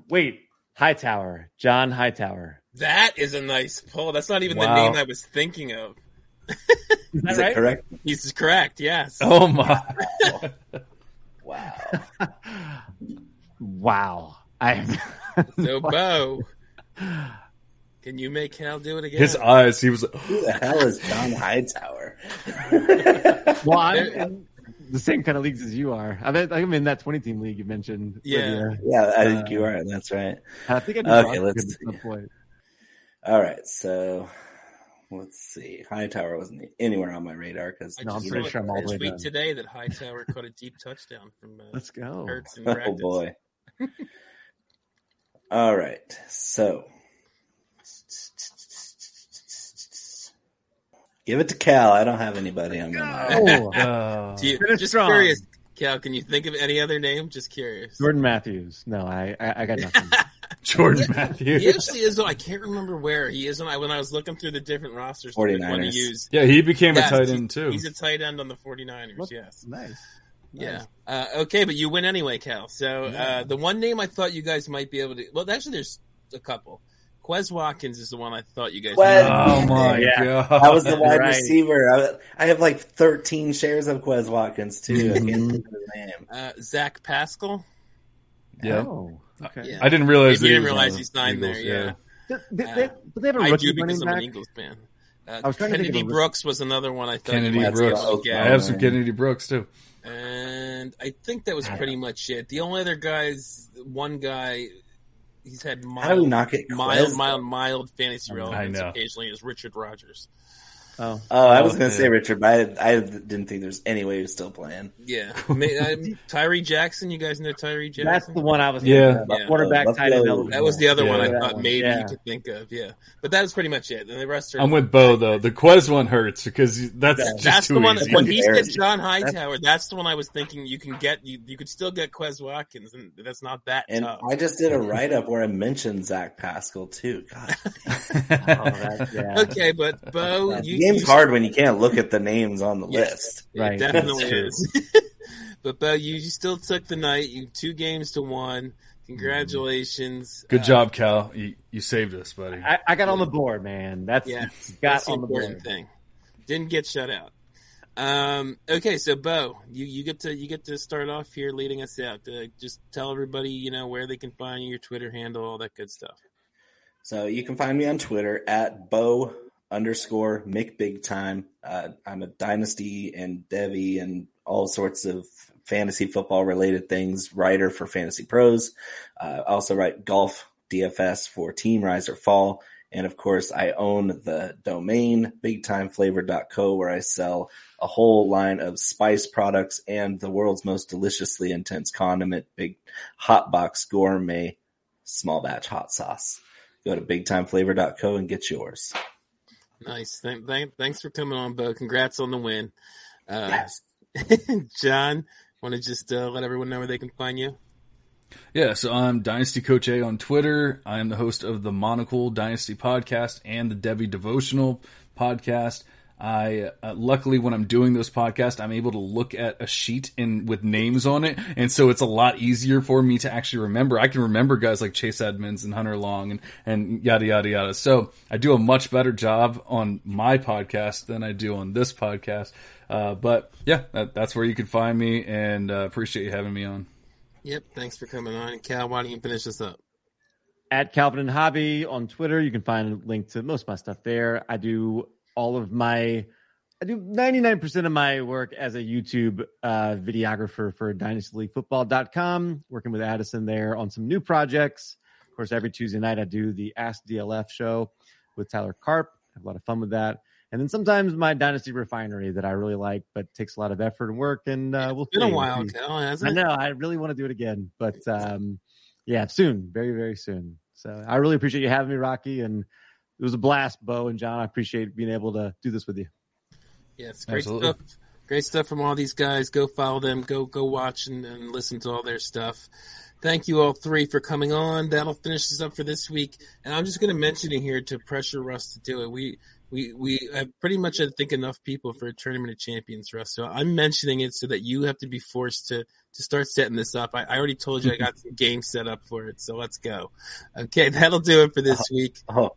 S5: wait. Hightower. John Hightower.
S3: That is a nice pull. That's not even the
S4: Wow.
S3: name I was thinking of.
S5: Is that
S6: Is
S5: right?
S6: it correct?
S3: He's correct.
S5: *laughs*
S3: Yes.
S4: Oh my.
S6: Wow.
S5: Wow. I
S3: So Bo, can you make Cal do it again?
S4: His eyes. He was.
S6: Who the hell is John Hightower?
S5: *laughs* well, I'm in the same kind of leagues as you are. I'm in, I'm in that 20 team league you mentioned.
S3: Yeah.
S5: earlier.
S6: yeah, I think
S3: Um,
S6: you are. That's right.
S5: I think I did
S6: Okay,
S5: okay,
S6: let's
S5: at some
S6: see.
S5: point.
S6: All right, so let's see. Hightower wasn't anywhere on my radar because
S3: I
S5: No, I'm
S3: just
S5: pretty
S3: saw
S6: *laughs*
S5: sure I'm
S3: a
S5: all the way
S3: tweet
S5: done.
S3: today that Hightower caught a deep touchdown from uh,
S5: Let's go.
S3: Hurts in practice.
S6: Oh boy. *laughs* All right, so give it to Cal. I don't have anybody on my mind.
S3: *laughs*
S5: Oh,
S4: Uh,
S3: Do you,
S5: Finish
S3: just
S5: strong.
S3: curious, Cal. Can you think of any other name? Just curious.
S5: Jordan Matthews. No, I I, I
S3: *laughs*
S5: got nothing.
S4: Jordan Matthews.
S3: He actually is. on- I can't remember where he is. On I- when I was looking through the different rosters, to pick one to
S6: 49ers.
S3: use.
S4: Yeah, he became
S3: Yes,
S4: a tight end too.
S3: He's a tight end on the 49ers.
S5: What?
S3: Yes.
S5: nice.
S3: Yeah. Uh, okay, but you win anyway, Cal. So uh, the one name I thought you guys might be able to. Well, actually, there's a couple. Quez Watkins is the one I thought you guys.
S6: Quez.
S3: might-
S4: oh my
S5: Yeah.
S4: god.
S6: I
S3: *laughs*
S6: was the wide
S5: Right.
S6: receiver. I, I have like 13 shares of Quez Watkins too. I can't
S3: Mm-hmm.
S6: think of his name.
S3: Uh, Zach Pascal.
S4: Yeah.
S5: Oh, okay.
S3: Yeah.
S4: I didn't realize.
S3: Maybe you didn't
S4: that was on
S3: realize
S4: the
S3: he signed there, yeah.
S5: They, they, they, but they have a
S3: I
S5: rookie
S3: do because I'm
S5: running
S3: an
S5: back.
S3: Eagles fan. Uh,
S5: I was trying to think
S3: Kennedy
S5: of a-
S3: Brooks was another one I thought.
S4: Kennedy
S3: you might be
S4: Brooks.
S3: able to
S6: Yeah.
S4: I
S3: get.
S4: have some
S6: Yeah.
S4: Kennedy Brooks too.
S3: And I think that was pretty much it. The only other guys, one guy, he's had mild,
S6: How do we not get Quez?
S3: mild, mild, mild fantasy relevance
S4: know.
S3: occasionally is Richard Rogers.
S5: Oh,
S6: Oh, I was
S4: Oh,
S6: going to
S4: yeah.
S6: say Richard, but I, I didn't think there's any way he was still playing.
S3: *laughs* Yeah, May- I'm- um, Tyree Jackson. You guys know Tyree
S5: that's
S3: Jackson.
S5: the one I was.
S4: Yeah.
S5: thinking about.
S3: Yeah.
S5: quarterback
S6: Let's
S5: tight end.
S6: go.
S5: eligible.
S3: that was the other
S4: Yeah.
S3: one I
S5: That
S3: thought
S5: one,
S3: maybe
S5: yeah.
S3: you could think of. Yeah, but that was pretty much it. And the rest are.
S4: I'm with Bo though. The Quez one hurts because that's
S5: That-
S4: just
S3: that's
S4: too
S3: the one.
S4: easy. *laughs*
S3: When he said
S6: Embarrassing.
S3: John Hightower, that's, the one I was thinking. You can get. You, you could still get Quez Watkins, and that's not that
S6: And
S3: tough.
S6: I just did a write up where I mentioned Zach Pascal too.
S3: *laughs*
S6: God,
S5: Oh, that, yeah.
S3: okay, but Bo,
S6: the
S3: you,
S6: game's
S3: you-
S6: hard when you can't look at the names on the
S3: Yeah.
S6: list.
S5: Right.
S3: It
S5: That's
S3: definitely
S5: true. *laughs*
S3: is. but Bo, you still took the night. You two games to one.
S5: Mm-hmm.
S3: Congratulations.
S4: Good
S3: Uh,
S4: job, Cal. You, you saved us, buddy.
S5: I, I got on the board, man. That's
S3: Yeah,
S5: got
S3: That's the
S5: on the
S3: important
S5: board.
S3: thing. Didn't get shut out. Um, okay, so Bo, you, you get to you get to start off here, leading us out. Uh, just tell everybody you know where they can find you, your Twitter handle, all that good stuff.
S6: So you can find me on Twitter at Bo underscore Mick Big Time. Uh, I'm a Dynasty and Devi and all sorts of fantasy football related things. Writer for Fantasy Pros. Uh, I also write golf DFS for Team Rise or Fall. And of course, I own the domain bigtimeflavor.co where I sell a whole line of spice products and the world's most deliciously intense condiment, big hot box gourmet small batch hot sauce. Go to bigtimeflavor.co and get yours.
S3: Nice. Thank, thank, thanks for coming on, Bo. Congrats on the win. Uh,
S6: Yes.
S3: *laughs* John, want to just uh, let everyone know where they can find you?
S4: Yeah, so I'm Dynasty Coach A on Twitter. I am the host of the Monocle Dynasty podcast and the Debbie Devotional podcast. I uh, luckily when I'm doing those podcasts, I'm able to look at a sheet and with names on it, and so it's a lot easier for me to actually remember. I can remember guys like Chase Edmonds and Hunter Long and and yada yada yada. So I do a much better job on my podcast than I do on this podcast. Uh, but yeah, that, that's where you can find me, and uh, appreciate you having me on.
S3: Yep. Thanks for coming on. And Cal, why don't you finish this up?
S5: at Calvin and Hobby on Twitter. You can find a link to most of my stuff there. I do all of my, I do 99% of my work as a YouTube uh, videographer for dynastyleaguefootball.com, working with Addison there on some new projects. Of course, every Tuesday night I do the Ask DLF show with Tyler Carp. I have a lot of fun with that. And then sometimes my Dynasty Refinery that I really like, but takes a lot of effort and work. And uh, we'll
S3: It's been a
S5: see.
S3: while,
S5: We-
S3: Cal,
S5: I
S3: hasn't it?
S5: know. I really want to do it again, but um, yeah, soon, very, very soon. So I really appreciate you having me, Rocky, and it was a blast, Bo and John. I appreciate being able to do this with you.
S3: Yeah, it's great
S4: Absolutely.
S3: stuff. Great stuff from all these guys. Go follow them. Go go watch and, and listen to all their stuff. Thank you all three for coming on. That'll finish us up for this week. And I'm just going to mention it here to pressure Russ to do it. We we we have pretty much I think enough people for a tournament of champions, Russ. So I'm mentioning it so that you have to be forced to to start setting this up. I, I already told you I got some games set up for it. So let's go. Okay, that'll do it for this
S5: Uh-huh.
S3: week. *laughs*
S6: Oh,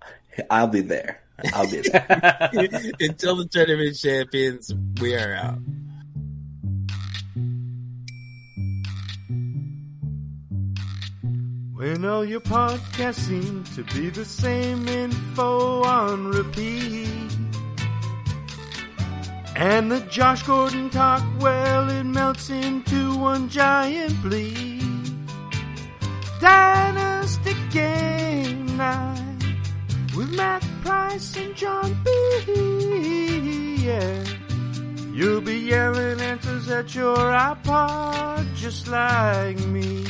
S6: I'll be there. I'll be there.
S3: Until the tournament of champions, we are out.
S7: When all your podcasts seem to be the same info on repeat. And the Josh Gordon talk, well, it melts into one giant bleed. Dynasty Game Night with Matt Price and John B. Yeah. You'll be yelling answers at your iPod just like me.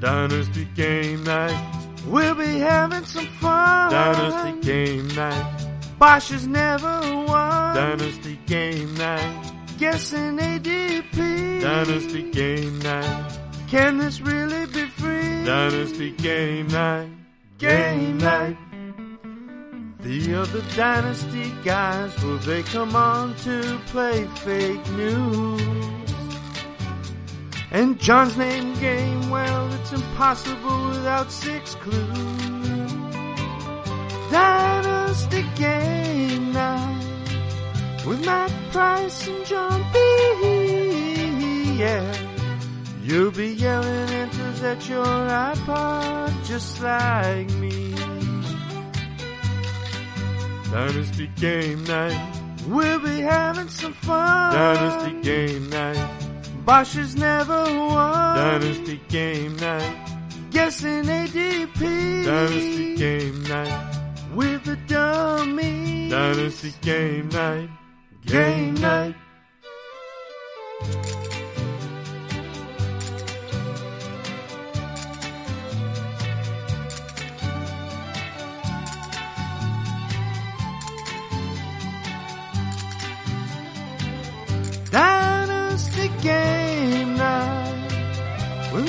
S7: Dynasty game night. We'll be having some fun. Dynasty game night. Bosch has never won. Dynasty game night. Guessing ADP. Dynasty game night. Can this really be free? Dynasty game night. Game night. The other dynasty guys, will they come on to play fake news? And John's name game, well, it's impossible without six clues. Dynasty Game Night with Matt Price and John B. Yeah, you'll be yelling answers at your iPod just like me. Dynasty Game Night, we'll be having some fun. Dynasty Game Night. Bosch has never won. Dynasty game night. Guessing ADP. Dynasty game night. With the dummy. Dynasty game night. Game night. Dynasty Game Night with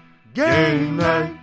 S7: Game, night.